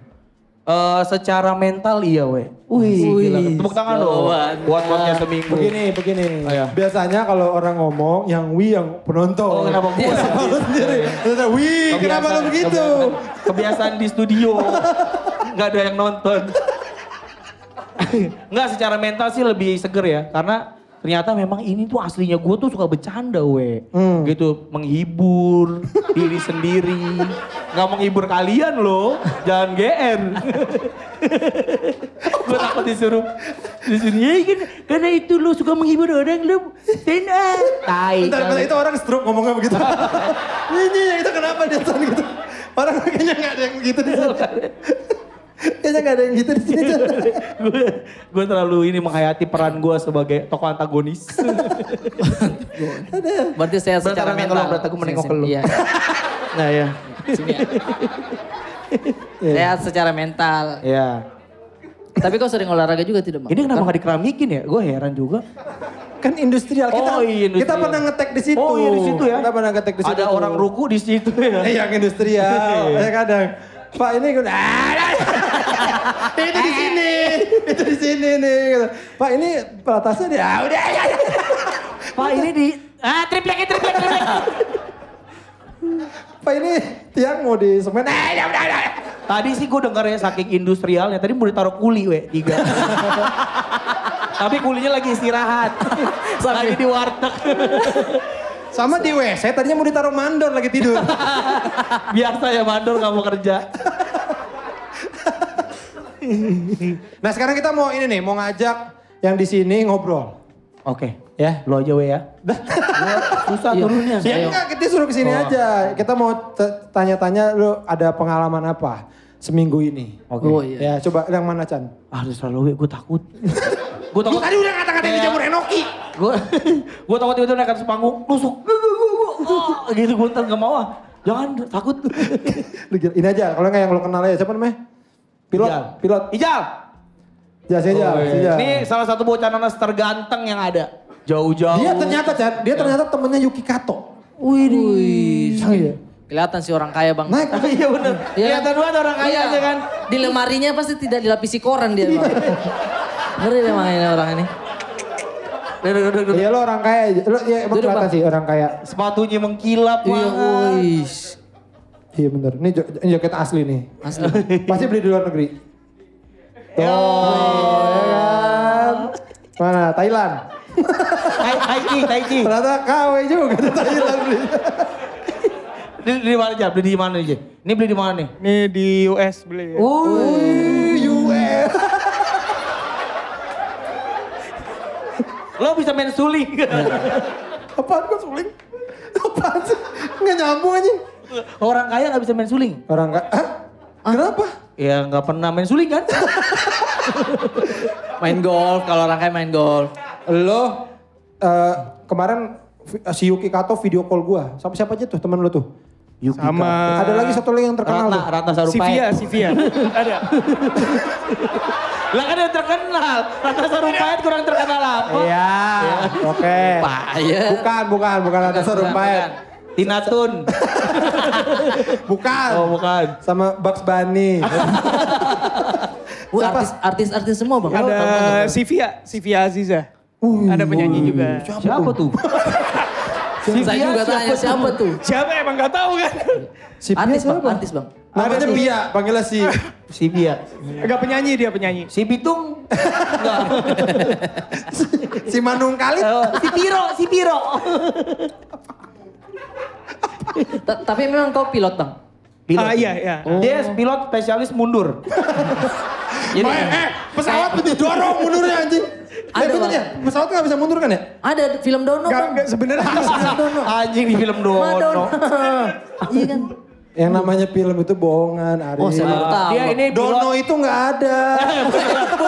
Speaker 1: Eh secara mental iya weh. Iya, Wih, gila. Tepuk tangan dong.
Speaker 3: jawaban.
Speaker 1: Buat podcastnya seminggu.
Speaker 2: Begini, begini.
Speaker 1: iya.
Speaker 2: Biasanya kalau orang ngomong yang we yang penonton. Iya,
Speaker 1: Oh, kenapa iya, gue?
Speaker 2: Kenapa lo sendiri? Ternyata, Wih, kenapa lo
Speaker 1: Kebiasaan-
Speaker 2: begitu?
Speaker 1: Kebiasaan, kebiasaan di studio. Nggak ada yang nonton. Nggak secara mental sih lebih seger ya. Karena ternyata memang ini tuh aslinya gue tuh suka bercanda we.
Speaker 2: Hmm.
Speaker 1: Gitu menghibur diri sendiri. Nggak menghibur kalian loh. Jangan GR. gue takut disuruh. Disuruh, "Ya, kan- karena itu lo suka menghibur orang lo. Stand up. Tai.
Speaker 2: Bentar, bentar, itu orang stroke ngomongnya begitu. Ini itu kenapa dia Chan, gitu? Orang kayaknya nggak ada yang gitu di sana. kayaknya nggak ada yang gitu di sini. Chan.
Speaker 1: gue gue terlalu ini menghayati peran gue sebagai tokoh antagonis.
Speaker 3: Berarti saya
Speaker 1: Berarti orang
Speaker 3: secara
Speaker 1: yang
Speaker 3: mental.
Speaker 1: tolong, berarti aku
Speaker 3: Sini,
Speaker 1: menengok ke
Speaker 3: sini.
Speaker 1: lu.
Speaker 3: Iya.
Speaker 1: nah ya,
Speaker 3: Sini ya.
Speaker 1: Iya.
Speaker 3: Sehat secara mental.
Speaker 1: ya.
Speaker 3: Tapi kau sering olahraga juga tidak, Bang?
Speaker 1: Ini kenapa nggak dikeramikin ya? Gue heran juga.
Speaker 2: Kan industrial kita.
Speaker 1: Oh, iya,
Speaker 2: Kita
Speaker 1: industrial.
Speaker 2: pernah ngetek di situ.
Speaker 1: Oh iya di situ ya.
Speaker 2: Kita pernah ngetek di situ.
Speaker 1: Ada orang ruku di situ ya.
Speaker 2: Eh, yang industrial, ya kadang. Pak ini gue, "Ah, ah, ah." itu di sini, itu di sini nih. Gitu. Pak ini peratasnya dia, ah, udah ya. ya."
Speaker 1: Pak ini di ah triplek triplek triplek.
Speaker 2: Pak ini tiang mau di semen, ah, ya, udah, udah.
Speaker 1: Tadi sih gue dengarnya saking industrialnya. Tadi mau ditaruh kuli we tiga. Tapi kulinya lagi istirahat. lagi di warteg.
Speaker 2: Sama di WC, tadinya mau ditaruh mandor lagi tidur.
Speaker 1: Biasa ya mandor nggak mau kerja.
Speaker 2: nah sekarang kita mau ini nih, mau ngajak yang di sini ngobrol.
Speaker 1: Oke.
Speaker 2: Ya.
Speaker 1: Lo aja we ya. Gua susah
Speaker 3: Iya.
Speaker 1: turunnya.
Speaker 2: Ya
Speaker 3: Ayo.
Speaker 2: enggak, kita suruh kesini aja. Kita mau te- tanya-tanya lu ada pengalaman apa seminggu ini.
Speaker 1: Oke.
Speaker 3: Oh iya.
Speaker 2: Ya coba yang mana Chan?
Speaker 1: Ah, terserah lo, gue takut. gue
Speaker 2: Lu
Speaker 1: takut.
Speaker 2: tadi udah ngata-ngatain
Speaker 1: Kayak-
Speaker 2: dijamur Enoki.
Speaker 1: Gue gue takut tiba-tiba naik atas panggung, nusuk. Gue gue gue gue. Gitu gue ntar gak mau ah. Jangan takut.
Speaker 2: Lu gila, ini aja kalau nggak yang lo kenal aja siapa namanya pilot
Speaker 1: Ijal.
Speaker 2: pilot
Speaker 1: Ijal.
Speaker 2: jas ijal
Speaker 1: Iya. Oh, iya.
Speaker 2: Ijal.
Speaker 1: Ini salah satu bocah nanas terganteng yang ada. Jauh-jauh.
Speaker 2: dia ternyata Chan,
Speaker 1: Iya.
Speaker 2: dia ternyata temennya Yuki Kato
Speaker 3: Wih.
Speaker 2: Sang ya
Speaker 3: Kelihatan sih orang kaya, Bang.
Speaker 2: naik
Speaker 1: Tapi iya bener. Kelihatan banget orang kaya
Speaker 3: Iya.
Speaker 1: aja kan.
Speaker 3: Di lemarinya pasti tidak dilapisi koran dia, Bang. Ngeri memang ini orang ini.
Speaker 1: Duduk, duduk, duduk.
Speaker 2: iya lo orang kaya aja. lo ya emang
Speaker 3: Duduk,
Speaker 2: kelihatan
Speaker 3: Bang.
Speaker 2: sih orang kaya
Speaker 1: Sepatunya mengkilap
Speaker 3: Iya,
Speaker 1: banget.
Speaker 3: wih.
Speaker 2: iya bener ini, jo- ini jaket asli nih
Speaker 3: Asli.
Speaker 2: pasti beli di luar negeri
Speaker 1: Iya.
Speaker 2: oh ya kan mana Thailand
Speaker 1: Tai tai chi, tai chi.
Speaker 2: ternyata KW juga di Thailand beli
Speaker 1: Di, di mana aja? Beli di mana aja? Ini beli di mana nih?
Speaker 5: Ini di US beli ya.
Speaker 3: Oh,
Speaker 2: Wih, US
Speaker 1: Lo bisa main suling.
Speaker 2: apaan gue suling apaan sih nggak nyambung aja
Speaker 1: orang kaya nggak bisa main suling.
Speaker 2: orang kaya Hah? kenapa
Speaker 1: Ya nggak pernah main suling kan?
Speaker 3: Main golf, kalau orang kaya main golf.
Speaker 2: Lo eh, kemarin vi- eh, si Yuki Kato video call gua. Sama siapa aja tuh teman lo tuh?
Speaker 1: Yuki
Speaker 5: Sama
Speaker 2: Ada lagi satu lagi yang terkenal
Speaker 1: Ratna,
Speaker 2: tuh.
Speaker 1: Ratna
Speaker 5: Sivia,
Speaker 1: Sarumpait.
Speaker 5: Sivia. Ada.
Speaker 1: Lah kan yang terkenal. Ratna Sarumpait kurang terkenal apa?
Speaker 2: Iya. Oke.
Speaker 3: Payah.
Speaker 2: Bukan, bukan, bukan Ratna
Speaker 3: Bukan, bukan,
Speaker 2: Sarumpait.
Speaker 3: bukan.
Speaker 1: Tina Tun.
Speaker 2: Bukan.
Speaker 1: Oh bukan.
Speaker 2: Sama Bugs Bunny.
Speaker 3: Wah, artis, artis artis semua bang. Tahu, tahu, tahu,
Speaker 5: Ada
Speaker 3: tahu.
Speaker 5: Sivia, Sivia Aziza.
Speaker 2: Uh,
Speaker 5: Ada penyanyi juga.
Speaker 1: Siapa tuh?
Speaker 3: Saya
Speaker 1: Sylvia
Speaker 3: juga tanya siapa tuh?
Speaker 5: Siapa emang gak tahu kan?
Speaker 2: Si Pia
Speaker 3: Artis bang,
Speaker 2: siapa?
Speaker 3: artis bang.
Speaker 2: Namanya Pia, panggilnya si.
Speaker 1: Si Bia.
Speaker 5: Gak penyanyi dia penyanyi.
Speaker 1: Si Bitung. Enggak.
Speaker 2: si Manung Kali.
Speaker 1: Oh, si Piro, si Piro.
Speaker 3: Ta- Tapi memang kau pilot bang.
Speaker 5: Ah iya iya.
Speaker 1: Oh. Dia pilot spesialis mundur.
Speaker 3: Jadi
Speaker 2: Eh, eh, pesawat itu dorong mundurnya anjing.
Speaker 3: Ada,
Speaker 2: Eh, bener
Speaker 3: Bang.
Speaker 2: ya? Pesawat nggak bisa mundur kan ya?
Speaker 3: ada film Dono
Speaker 5: Gak,
Speaker 3: bang.
Speaker 5: gak sebenarnya
Speaker 1: Anjing di film
Speaker 3: Madonna.
Speaker 1: Dono.
Speaker 3: Iya kan.
Speaker 2: Yang namanya film itu bohongan, Ari.
Speaker 3: Oh, saya baru tahu.
Speaker 1: Dia ini
Speaker 2: Dono
Speaker 1: pilot.
Speaker 2: itu nggak ada.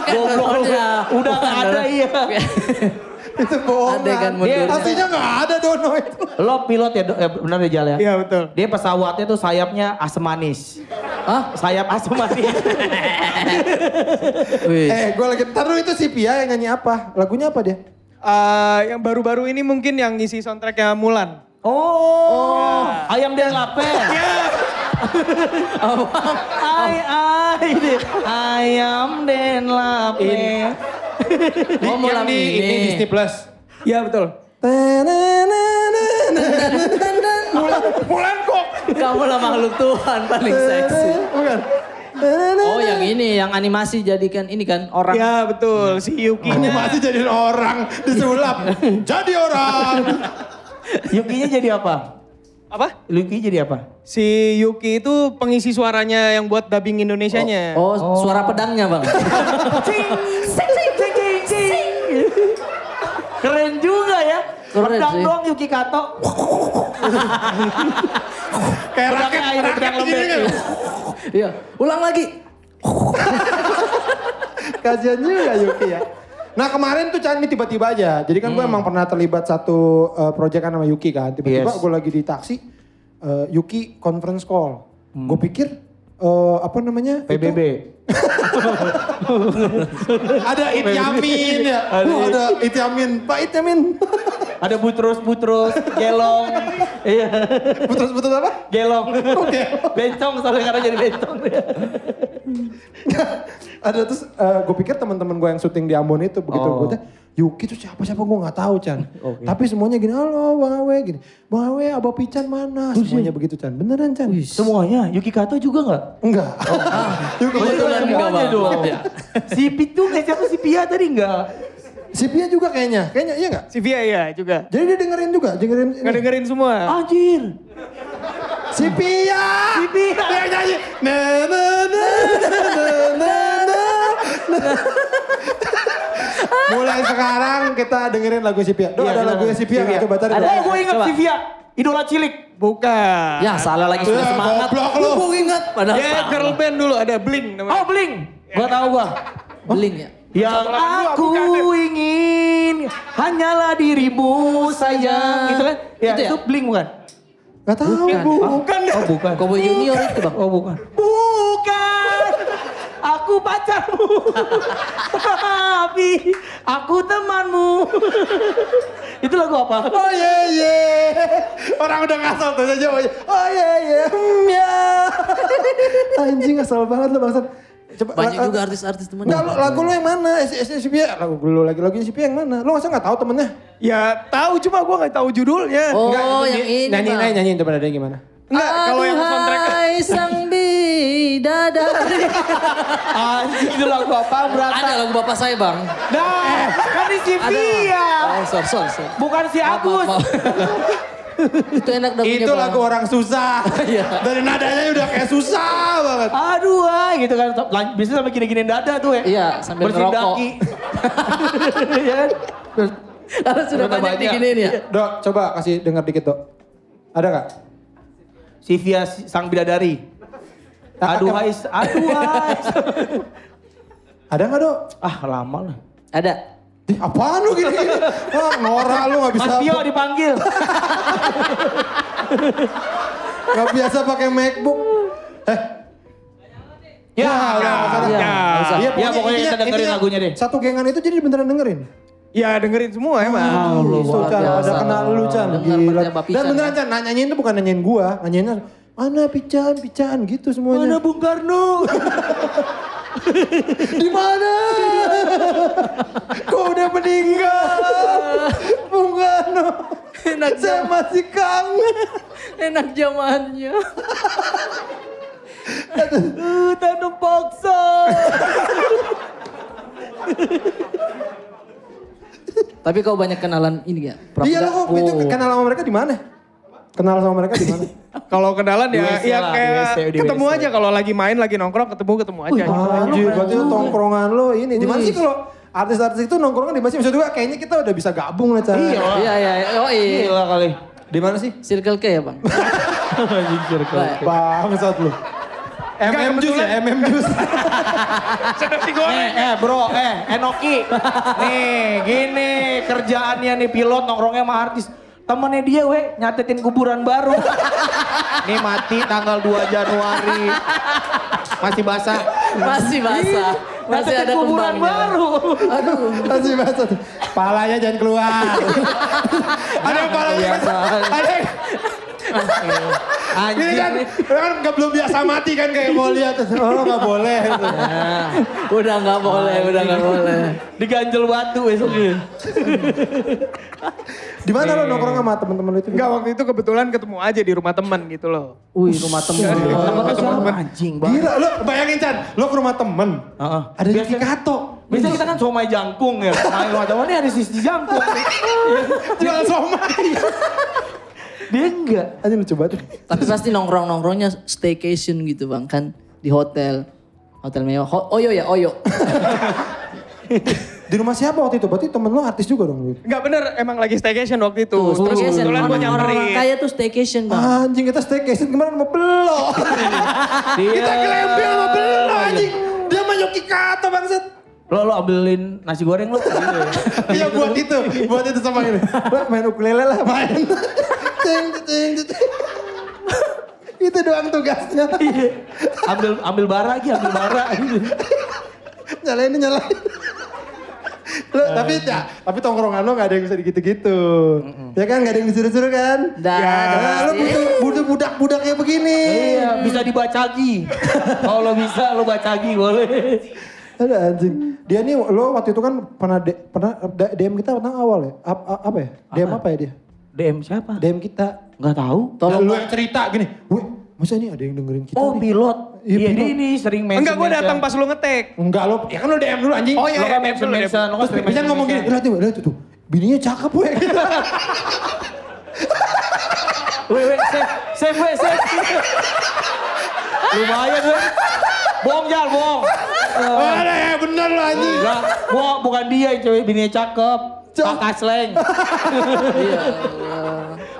Speaker 1: Goblok. Udah nggak ada iya.
Speaker 2: itu bohongan.
Speaker 3: Adegan
Speaker 1: mundurnya.
Speaker 2: Aslinya nggak ada Dono itu.
Speaker 1: Lo pilot ya, Do- ya benar ya Jal ya?
Speaker 5: Iya betul.
Speaker 1: Dia pesawatnya tuh sayapnya asam manis.
Speaker 3: Hah?
Speaker 1: Sayap asam manis.
Speaker 3: Wih.
Speaker 2: Eh, gue lagi ntar dulu itu si Pia yang nyanyi apa? Lagunya apa dia?
Speaker 5: Eh, yang baru-baru ini mungkin yang ngisi soundtracknya Mulan.
Speaker 1: oh, ayam dia lapel.
Speaker 2: Iya.
Speaker 1: Ay, ay, deh. ayam den lape.
Speaker 3: Oh, Mulan ini.
Speaker 2: Plus.
Speaker 5: Iya betul.
Speaker 2: Mulan, Mulan kok.
Speaker 3: Kamu lah makhluk Tuhan paling seksi.
Speaker 2: Bukan.
Speaker 3: Oh yang ini, yang animasi jadikan ini kan orang.
Speaker 5: Iya betul. Si Yukinya.
Speaker 2: Animasi jadiin orang disulap. Jadi orang.
Speaker 1: Yukinya jadi apa?
Speaker 5: Apa?
Speaker 1: Yuki jadi apa?
Speaker 5: Si Yuki itu pengisi suaranya yang buat dubbing Indonesianya.
Speaker 3: Oh, suara pedangnya bang.
Speaker 1: Cing, cing, cing, cing, cing, cing. Keren juga ya.
Speaker 3: Keren
Speaker 1: Pedang
Speaker 3: sih.
Speaker 1: dong Yuki Kato.
Speaker 2: Kayak raket,
Speaker 1: Pedangnya air,
Speaker 2: raket
Speaker 1: pedang
Speaker 2: gini
Speaker 1: lembek.
Speaker 2: kan.
Speaker 3: Iya, ulang lagi.
Speaker 2: Kasian juga Yuki ya. Nah kemarin tuh Chan, ini tiba-tiba aja. Jadi kan gue emang pernah terlibat satu uh, proyekan sama Yuki kan. Tiba-tiba
Speaker 1: Yes.
Speaker 2: gue lagi di taksi, uh, Yuki conference call. Gue pikir uh, apa namanya? itu-
Speaker 1: PBB.
Speaker 2: ada Ityamin ya.
Speaker 1: Ada
Speaker 2: Wah, ada Ityamin. Pak Ityamin.
Speaker 1: Ada butrus, butrus, gelong. Iya,
Speaker 2: Putus-putus apa?
Speaker 1: gelong.
Speaker 2: Oke.
Speaker 1: Bencong soalnya karena jadi bencong.
Speaker 2: ada terus gue pikir teman-teman gue yang syuting di Ambon itu begitu
Speaker 1: Oh.
Speaker 2: gue tanya Yuki tuh siapa siapa gue nggak tahu Chan.
Speaker 1: Oke.
Speaker 2: Tapi semuanya gini, halo Bang Awe gini. Bang Awe, Abah Pican mana? Semuanya begitu Chan. Beneran Chan?
Speaker 1: Semuanya, Yuki Kato juga nggak?
Speaker 2: Enggak. Yuki
Speaker 3: Kebetulan
Speaker 2: Kato-
Speaker 3: enggak,
Speaker 1: Semuanya
Speaker 3: Bang.
Speaker 1: dong.
Speaker 3: Iya.
Speaker 1: Si Pitu nggak siapa si Pia tadi nggak?
Speaker 2: Si Pia juga kayaknya. Kayaknya iya nggak?
Speaker 5: Si Via ya juga.
Speaker 2: Jadi dia dengerin juga, dengerin. ini.
Speaker 5: Nggak dengerin semua.
Speaker 1: Anjir.
Speaker 2: Si Pia.
Speaker 1: Si Pia.
Speaker 2: Dia nyanyi. Na na na na na na na. Mulai sekarang kita dengerin lagu si Pia. Duh,
Speaker 1: Iya,
Speaker 2: ada
Speaker 1: silakan.
Speaker 2: lagunya si Pia nggak? Coba tarik.
Speaker 1: Oh, gue ingat
Speaker 3: Coba.
Speaker 1: si Via. Idola cilik.
Speaker 5: Bukan.
Speaker 3: Ya salah lagi
Speaker 2: Ya,
Speaker 3: sudah semangat.
Speaker 2: goblok lu.
Speaker 3: Gua ingat padahal.
Speaker 5: Dia
Speaker 3: salah.
Speaker 5: girl band dulu ada Blink namanya.
Speaker 1: Oh, Bling.
Speaker 2: Iya.
Speaker 1: Gua tahu gua.
Speaker 3: Beling ya.
Speaker 1: Yang aku ingin hanyalah dirimu sayang. Itu kan?
Speaker 2: Iya,
Speaker 1: Ya,
Speaker 3: Itu
Speaker 1: itu,
Speaker 3: ya?
Speaker 1: Bling bukan?
Speaker 2: Gak tahu bu.
Speaker 1: Bukan. Oh, bukan.
Speaker 3: Cowboy Junior itu bang.
Speaker 1: Oh, bukan. Bukan. Aku pacarmu. Tapi aku temanmu. itu lagu apa?
Speaker 2: Oh ye ye. Orang udah ngasal tuh aja. Oh ye ye. Hmm, ya. Anjing ngasal banget lo bangsat. Coba
Speaker 3: Banyak
Speaker 2: la-
Speaker 3: juga artis-artis temen.
Speaker 2: Enggak, ah. lu, lagu lu yang mana? Eh, Si, si, si Pia, lagu lu lagi lagunya si Pia yang mana? Lu masa nggak tahu temennya?
Speaker 5: Ya tahu cuma gua nggak tahu judulnya.
Speaker 3: Oh,
Speaker 2: Nggak, itu
Speaker 3: yang
Speaker 2: dia-
Speaker 3: ini
Speaker 2: Nyanyiin
Speaker 3: Bang.
Speaker 2: aja, nyanyiin coba ada gimana?
Speaker 5: Enggak, kalau yang soundtrack
Speaker 3: Aduhai sang bidadari.
Speaker 1: Anjing itu lagu apa? Berat.
Speaker 3: Ada lagu bapak saya bang.
Speaker 1: Nah, kan di si
Speaker 3: Ada.
Speaker 1: Via.
Speaker 3: Oh, sorry, sorry, sorry.
Speaker 1: Bukan si
Speaker 3: Maaf, maaf,
Speaker 1: Agus.
Speaker 3: maaf. itu enak dong.
Speaker 2: Itu lagu orang susah.
Speaker 3: Iya.
Speaker 2: Dari nadanya udah kayak susah banget.
Speaker 1: Aduh, ah, gitu kan. Lan- Biasanya sampai gini-giniin dada tuh ya.
Speaker 3: Iya, sambil
Speaker 1: Bersihin
Speaker 3: ngerokok.
Speaker 1: daki. Iya kan?
Speaker 3: Karena sudah
Speaker 1: Ternyata
Speaker 3: banyak
Speaker 1: banyak.
Speaker 3: diginiin ya.
Speaker 2: Dok, coba kasih denger dikit, Dok. Ada nggak?
Speaker 1: Si Via si- sang bidadari. Aduh, hai, aduh, hai.
Speaker 2: Ada nggak, Dok?
Speaker 1: ah, lama lah.
Speaker 3: Ada.
Speaker 2: Ih, apaan lu gini-gini? Wah, norak lu nggak bisa.
Speaker 1: Mas Vio dipanggil.
Speaker 2: Gak biasa pakai MacBook. Eh,
Speaker 1: ya,
Speaker 2: udah, nggak usah.
Speaker 3: ya, nggak usah.
Speaker 2: Iya,
Speaker 1: Ya, pokoknya kita dengerin lagunya deh.
Speaker 2: Satu gengan itu jadi beneran dengerin.
Speaker 5: Ya dengerin semua emang.
Speaker 3: Ah, lu
Speaker 2: Itu
Speaker 3: luar
Speaker 2: Chan,
Speaker 3: biasa.
Speaker 2: ada kena lu Chan.
Speaker 3: Dengar
Speaker 2: Gila.
Speaker 3: pertanyaan Bapak
Speaker 2: Dan
Speaker 3: Pican,
Speaker 2: beneran
Speaker 3: ya.
Speaker 2: Chan, nanyanya itu bukan nanyain gua, nanyainnya mana Pican, Pican gitu semuanya.
Speaker 1: Mana Bung Karno?
Speaker 2: Di mana? Kau udah meninggal. Bung Karno.
Speaker 3: Enak
Speaker 2: Saya masih kangen.
Speaker 3: Enak zamannya.
Speaker 1: Tanam paksa.
Speaker 3: Tapi kau banyak kenalan ini ya?
Speaker 2: Iya lah, kok itu kenal sama mereka di mana? Kenal sama mereka di mana?
Speaker 5: Kalau kenalan ya,
Speaker 1: WC
Speaker 5: ya
Speaker 1: lah,
Speaker 5: kayak
Speaker 1: WC, di
Speaker 5: ketemu
Speaker 1: WC.
Speaker 5: aja kalau lagi main, lagi nongkrong, ketemu ketemu aja.
Speaker 2: Anjir, berarti lu tongkrongan lo ini. Di mana sih kalau artis-artis itu nongkrongan di mana sih? Maksud gua kayaknya kita udah bisa gabung lah, Chan.
Speaker 3: Iya, iya, iya. Oh, iya.
Speaker 1: Gila kali.
Speaker 2: Di mana sih?
Speaker 3: Circle K ya bang?
Speaker 1: Anjir kali.
Speaker 3: Baik.
Speaker 2: Bangsat lu. MM Juice ya, MM Juice.
Speaker 5: Sedap digoreng.
Speaker 1: Eh, eh bro, eh Enoki. Nih gini kerjaannya nih pilot nongkrongnya sama artis. Temennya dia weh nyatetin kuburan baru. Nih mati tanggal 2 Januari. Masih basah.
Speaker 3: Masih basah. Masih
Speaker 1: Nyatetin
Speaker 3: ada
Speaker 1: kuburan
Speaker 3: kembangnya.
Speaker 1: baru.
Speaker 3: Aduh.
Speaker 2: Masih bahasa tuh. Palanya jangan keluar.
Speaker 5: Ada yang paling
Speaker 2: Iya,
Speaker 5: ada yang-
Speaker 1: Anjir.
Speaker 5: ini kan, kan nggak belum biasa mati kan kayak
Speaker 2: Mau lihat, oh nggak boleh.
Speaker 3: Udah nggak boleh, udah nggak boleh.
Speaker 1: Diganjel batu besoknya.
Speaker 2: Di mana lo nongkrong sama teman-teman lu itu?
Speaker 5: Enggak waktu itu kebetulan ketemu aja di rumah temen gitu loh.
Speaker 3: Wih, rumah temen.
Speaker 1: Anjing
Speaker 2: Gila, lo bayangin Chan, lo ke rumah temen.
Speaker 1: Heeh.
Speaker 2: Ada
Speaker 1: Biasa-
Speaker 2: Yuki Kato.
Speaker 1: Biasanya kita kan somai jangkung ya. Somai wadah ini ada sisi jangkung.
Speaker 2: Jual somai.
Speaker 1: Dia enggak.
Speaker 2: Aja lucu banget.
Speaker 3: Tapi pasti nongkrong-nongkrongnya staycation gitu bang kan di hotel. Hotel mewah. Ho- oyo ya, oyo.
Speaker 2: Di rumah siapa waktu itu? Berarti temen lo artis juga dong.
Speaker 5: Enggak bener, emang lagi staycation waktu itu.
Speaker 3: Tuh,
Speaker 5: Terus
Speaker 3: staycation.
Speaker 5: kebetulan gue
Speaker 3: Orang- Orang-orang
Speaker 5: nyamperin.
Speaker 3: kaya tuh staycation bang.
Speaker 2: Anjing kita staycation kemarin mau belok.
Speaker 3: Iya.
Speaker 1: Kita
Speaker 2: Kelempel mau belok anjing. Dia sama Yuki Kato bangsat.
Speaker 1: Lo lo ambilin nasi goreng lo. Gitu ya.
Speaker 2: Iya buat itu, buat itu sama ini. Lo main ukulele lah main. Ting, ting, ting. Itu doang tugasnya.
Speaker 1: Iya. ambil ambil bara lagi, ambil bara gitu.
Speaker 2: nyalain nyalain lo tapi ya tapi tongkrongan lo gak ada yang bisa digitu-gitu ya kan gak ada yang disuruh-suruh kan
Speaker 3: Dah,
Speaker 2: ya
Speaker 3: dah.
Speaker 2: nah, lo butuh, butuh budak-budak kayak begini
Speaker 1: Iya, bisa dibacagi. Kalau lo bisa lo bacagi boleh.
Speaker 2: ada anjing dia nih lo waktu itu kan pernah de- pernah da- DM kita tentang awal ya Ap- a- apa ya DM apa ya dia
Speaker 1: DM siapa?
Speaker 2: DM kita
Speaker 1: Enggak tahu.
Speaker 3: Tolong
Speaker 2: lo yang cerita gini wih masa ini ada yang dengerin kita
Speaker 1: Oh,
Speaker 2: nih
Speaker 1: pilot.
Speaker 2: Iya,
Speaker 1: Iya, dia
Speaker 2: pilot.
Speaker 1: ini sering mention.
Speaker 5: Enggak gue datang pas lu ngetek.
Speaker 2: enggak lo ya kan lo DM dulu anjing
Speaker 5: Oh, iya,
Speaker 1: Lo kan
Speaker 5: iya,
Speaker 1: mention
Speaker 5: iya,
Speaker 1: mention, lo kan
Speaker 2: terus
Speaker 1: sering
Speaker 2: Pisan ngomong gini lihat tuh lihat tuh tuh bininya cakep weh Gitu.
Speaker 1: Weh, weh, save, save, weh, save. Lumayan, weh. Bohong, Jal, bohong.
Speaker 2: ada ya bener lo anjing
Speaker 1: Enggak, gua bukan dia yang cewek bininya cakep. Kakak sleng.
Speaker 3: Iya.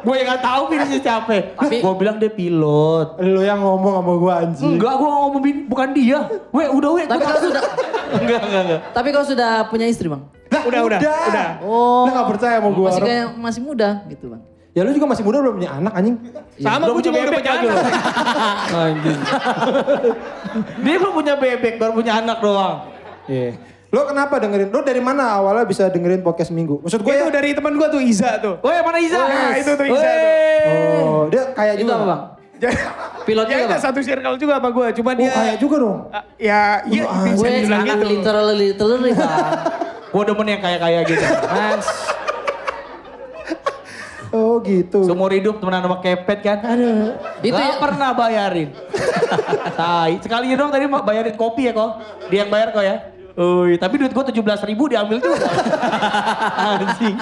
Speaker 1: Gua yang gak tahu bininya siapa.
Speaker 3: Tapi-
Speaker 1: Gua bilang dia pilot.
Speaker 2: Lu yang ngomong sama gua anjing.
Speaker 1: Enggak, gua ngomong bin, bukan dia. Weh, udah weh.
Speaker 3: Tapi
Speaker 1: gua
Speaker 3: kau
Speaker 1: takut.
Speaker 3: sudah,
Speaker 1: Enggak, enggak, enggak.
Speaker 3: tapi kau sudah punya istri bang?
Speaker 2: Lah,
Speaker 5: Udah, udah, udah.
Speaker 2: Oh. Lah gak percaya sama gua.
Speaker 3: Masih
Speaker 2: Rob.
Speaker 3: kayak masih muda gitu bang.
Speaker 2: Ya lu juga masih muda belum punya anak anjing.
Speaker 5: Sama gue juga udah punya anak.
Speaker 1: Anjing. dia belum punya bebek, baru punya anak doang.
Speaker 2: Iya. Lo kenapa dengerin? Lo dari mana awalnya bisa dengerin podcast minggu? Maksud gue
Speaker 5: Itu
Speaker 2: ya.
Speaker 5: dari temen gue tuh Iza tuh.
Speaker 1: Weh, mana Iza?
Speaker 5: Nah, itu tuh Iza tuh.
Speaker 1: Weh.
Speaker 2: Oh, dia kayak
Speaker 3: Itu
Speaker 2: juga.
Speaker 3: apa bang? Pilot
Speaker 5: ya,
Speaker 3: juga
Speaker 5: ada
Speaker 3: bang?
Speaker 5: satu circle juga sama gue. Cuma
Speaker 2: Oh,
Speaker 5: dia
Speaker 2: kayak juga dong.
Speaker 5: Ah, ya, iya
Speaker 2: Lu
Speaker 5: bisa
Speaker 3: Gue
Speaker 5: dibilang
Speaker 3: anak
Speaker 5: gitu.
Speaker 3: literally literally bang.
Speaker 1: Gua demen yang kaya-kaya gitu. Mas,
Speaker 2: Oh, gitu.
Speaker 1: seumur hidup temenan sama kepet kan. Aduh. Itu
Speaker 3: Itu
Speaker 1: Gak
Speaker 3: ya-
Speaker 1: pernah bayarin. Tai. Sekali dong tadi mak bayarin kopi ya kok. Dia yang bayar kok ya. Uy, tapi duit gua 17 ribu diambil juga. Anjing.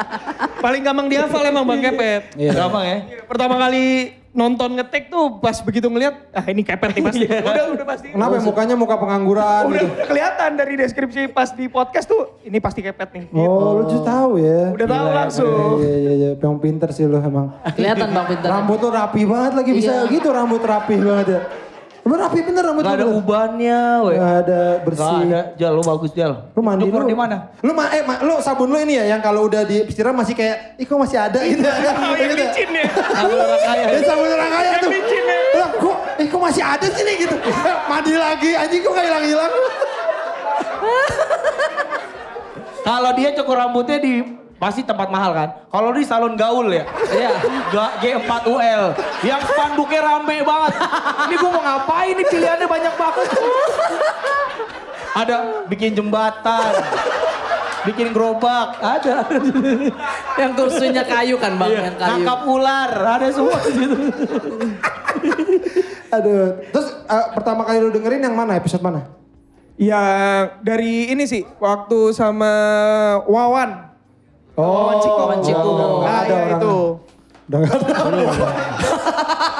Speaker 5: Paling gampang dihafal emang Bang Kepet.
Speaker 1: Gampang ya.
Speaker 5: Pertama kali nonton ngetek tuh pas begitu ngeliat, ah ini Kepet nih pasti. udah, udah pasti.
Speaker 2: Kenapa ya mukanya muka pengangguran
Speaker 5: Udah
Speaker 2: gitu?
Speaker 5: kelihatan dari deskripsi pas di podcast tuh, ini pasti Kepet nih.
Speaker 2: Oh, lu juga tahu ya.
Speaker 5: Gitu. Udah tahu langsung.
Speaker 2: Iya, iya, iya. Yang pinter sih lo emang.
Speaker 3: Kelihatan bang pintar.
Speaker 2: Rambut lo rapi banget lagi bisa
Speaker 3: Iya.
Speaker 2: gitu rambut rapi banget ya. Lu rapi bener rambut
Speaker 1: Gak ada
Speaker 2: lu.
Speaker 1: ubannya, weh.
Speaker 2: Gak ada
Speaker 1: Gak
Speaker 2: bersih.
Speaker 1: ada. Jal, lu bagus Jal.
Speaker 2: Lu mandi
Speaker 1: Cukur
Speaker 2: lu.
Speaker 1: di mana?
Speaker 2: Lu ma eh ma- lu sabun lu ini ya yang kalau udah disiram masih kayak ih kok masih ada gitu.
Speaker 5: Oh, yang licin ya.
Speaker 1: Kalau orang kaya.
Speaker 2: Ya sabun orang kaya
Speaker 5: Yang
Speaker 2: tuh.
Speaker 5: licin ya.
Speaker 2: Lah kok eh kok masih ada sih nih gitu. Eh, mandi lagi anjing kok gak hilang-hilang.
Speaker 1: Kalau dia cukur rambutnya di pasti tempat mahal kan. Kalau di salon gaul ya. Iya. Ga- G4UL. Yang spanduknya rame banget. Ini gue mau ngapain nih pilihannya banyak banget. Ada bikin jembatan. Bikin gerobak, ada.
Speaker 3: Yang kursinya kayu kan bang, yang kayu.
Speaker 1: Nangkap ular, ada semua di situ.
Speaker 2: Aduh. Terus eh, pertama kali lu dengerin yang mana? Episode mana?
Speaker 5: Ya dari ini sih waktu sama Wawan.
Speaker 2: Oh,
Speaker 5: Cikung.
Speaker 3: Wawan Cikung.
Speaker 2: Nggak
Speaker 5: Nah,
Speaker 2: ada
Speaker 5: ya
Speaker 2: orangnya.
Speaker 5: itu.
Speaker 2: Udah nggak ada.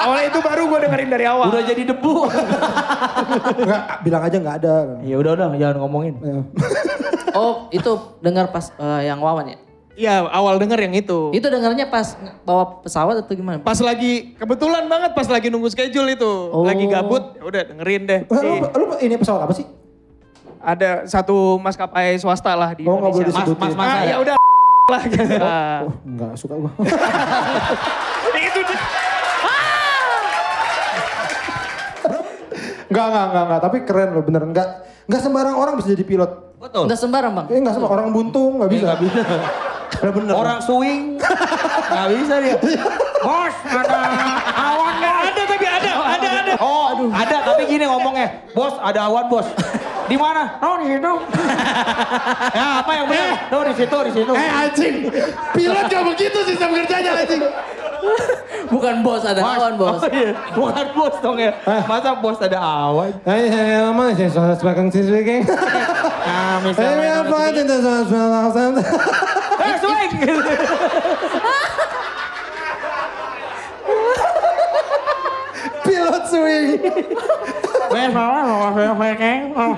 Speaker 5: Awalnya itu baru gue dengerin dari awal.
Speaker 1: Udah jadi debu.
Speaker 2: Nggak, bilang aja nggak ada.
Speaker 1: Ya udah udah jangan ngomongin.
Speaker 2: Ya.
Speaker 3: Oh itu dengar pas eh, yang Wawan ya?
Speaker 5: Iya, awal denger yang itu.
Speaker 3: Itu dengarnya pas nge- bawa pesawat atau gimana?
Speaker 5: Pas lagi kebetulan banget pas lagi nunggu schedule itu,
Speaker 3: Oh.
Speaker 5: lagi gabut, ya udah dengerin deh.
Speaker 2: Eh, Lu,
Speaker 5: Di-
Speaker 2: lu ini pesawat apa sih?
Speaker 5: ada satu maskapai swasta lah di
Speaker 2: Oh, nggak boleh
Speaker 5: Indonesia.
Speaker 1: Mas mas mas.
Speaker 5: ah, ya udah lah gitu. Ah.
Speaker 2: Oh, nggak suka gua.
Speaker 5: itu dia.
Speaker 2: Enggak, enggak, enggak, enggak. Tapi keren loh bener. Enggak, enggak sembarang orang bisa jadi pilot.
Speaker 1: Betul.
Speaker 3: Udah sembarang bang?
Speaker 2: Eh, enggak sembarang orang buntung enggak bisa.
Speaker 1: Enggak Iya, bisa.
Speaker 2: Bener, bener.
Speaker 1: Orang swing. Enggak bisa dia. Bos, ada awan nggak?
Speaker 5: ada tapi ada, ada ada.
Speaker 1: Oh, ada tapi gini ngomongnya. Bos, ada awan, Bos. Di mana? Oh, di situ. ya, apa yang benar? Tuh di situ, di situ.
Speaker 4: Eh anjing, pilot gak begitu sistem kerjanya anjing.
Speaker 3: Bukan bos, ada Wawan bos.
Speaker 1: Oh, iya. Bukan bos dong ya. Masa bos ada awan?
Speaker 2: Hai, saya lama saya soal sebagainya sih speaking.
Speaker 1: Nah,
Speaker 2: Ini
Speaker 1: misalnya.
Speaker 2: apa tidak soal sebagainya.
Speaker 1: Eh, swing.
Speaker 2: Pilot swing.
Speaker 1: Wes, mama, mama, mama, mama.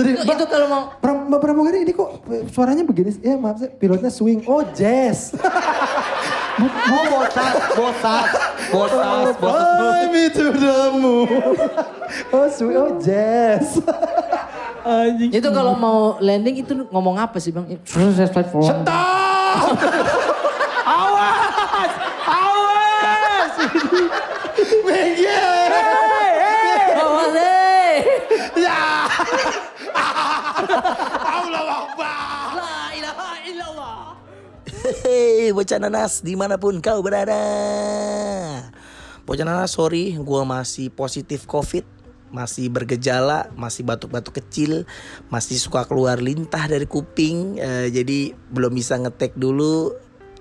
Speaker 2: Jadi,
Speaker 3: Itu, itu kalau mau
Speaker 2: Pram- Mbak Pramugari ini kok suaranya begini? sih? Ya maaf saya pilotnya swing. Oh jazz.
Speaker 1: Oh, bosas, bosas, bosas, bosas.
Speaker 2: Fly me to the moon. Oh swing, oh jazz.
Speaker 1: Anjing.
Speaker 3: itu kalau mau landing itu ngomong apa sih bang?
Speaker 2: Stop.
Speaker 1: Awas! Awas!
Speaker 2: Minggir.
Speaker 3: Wawan hei!
Speaker 2: Ya.
Speaker 3: La ilaha illallah.
Speaker 6: Hei, bocah nanas dimanapun kau berada. Bocah nanas, sorry, gua masih positif COVID, masih bergejala, masih batuk-batuk kecil, masih suka keluar lintah dari kuping, eh, jadi belum bisa ngetek dulu.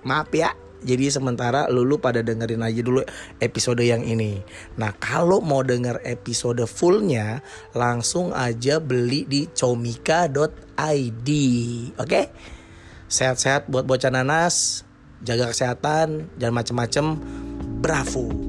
Speaker 6: Maaf ya. Jadi sementara lulu pada dengerin aja dulu episode yang ini. Nah kalau mau denger episode fullnya langsung aja beli di comika.id. Oke? sehat-sehat buat bocah nanas, jaga kesehatan, jangan macem-macem. Bravo.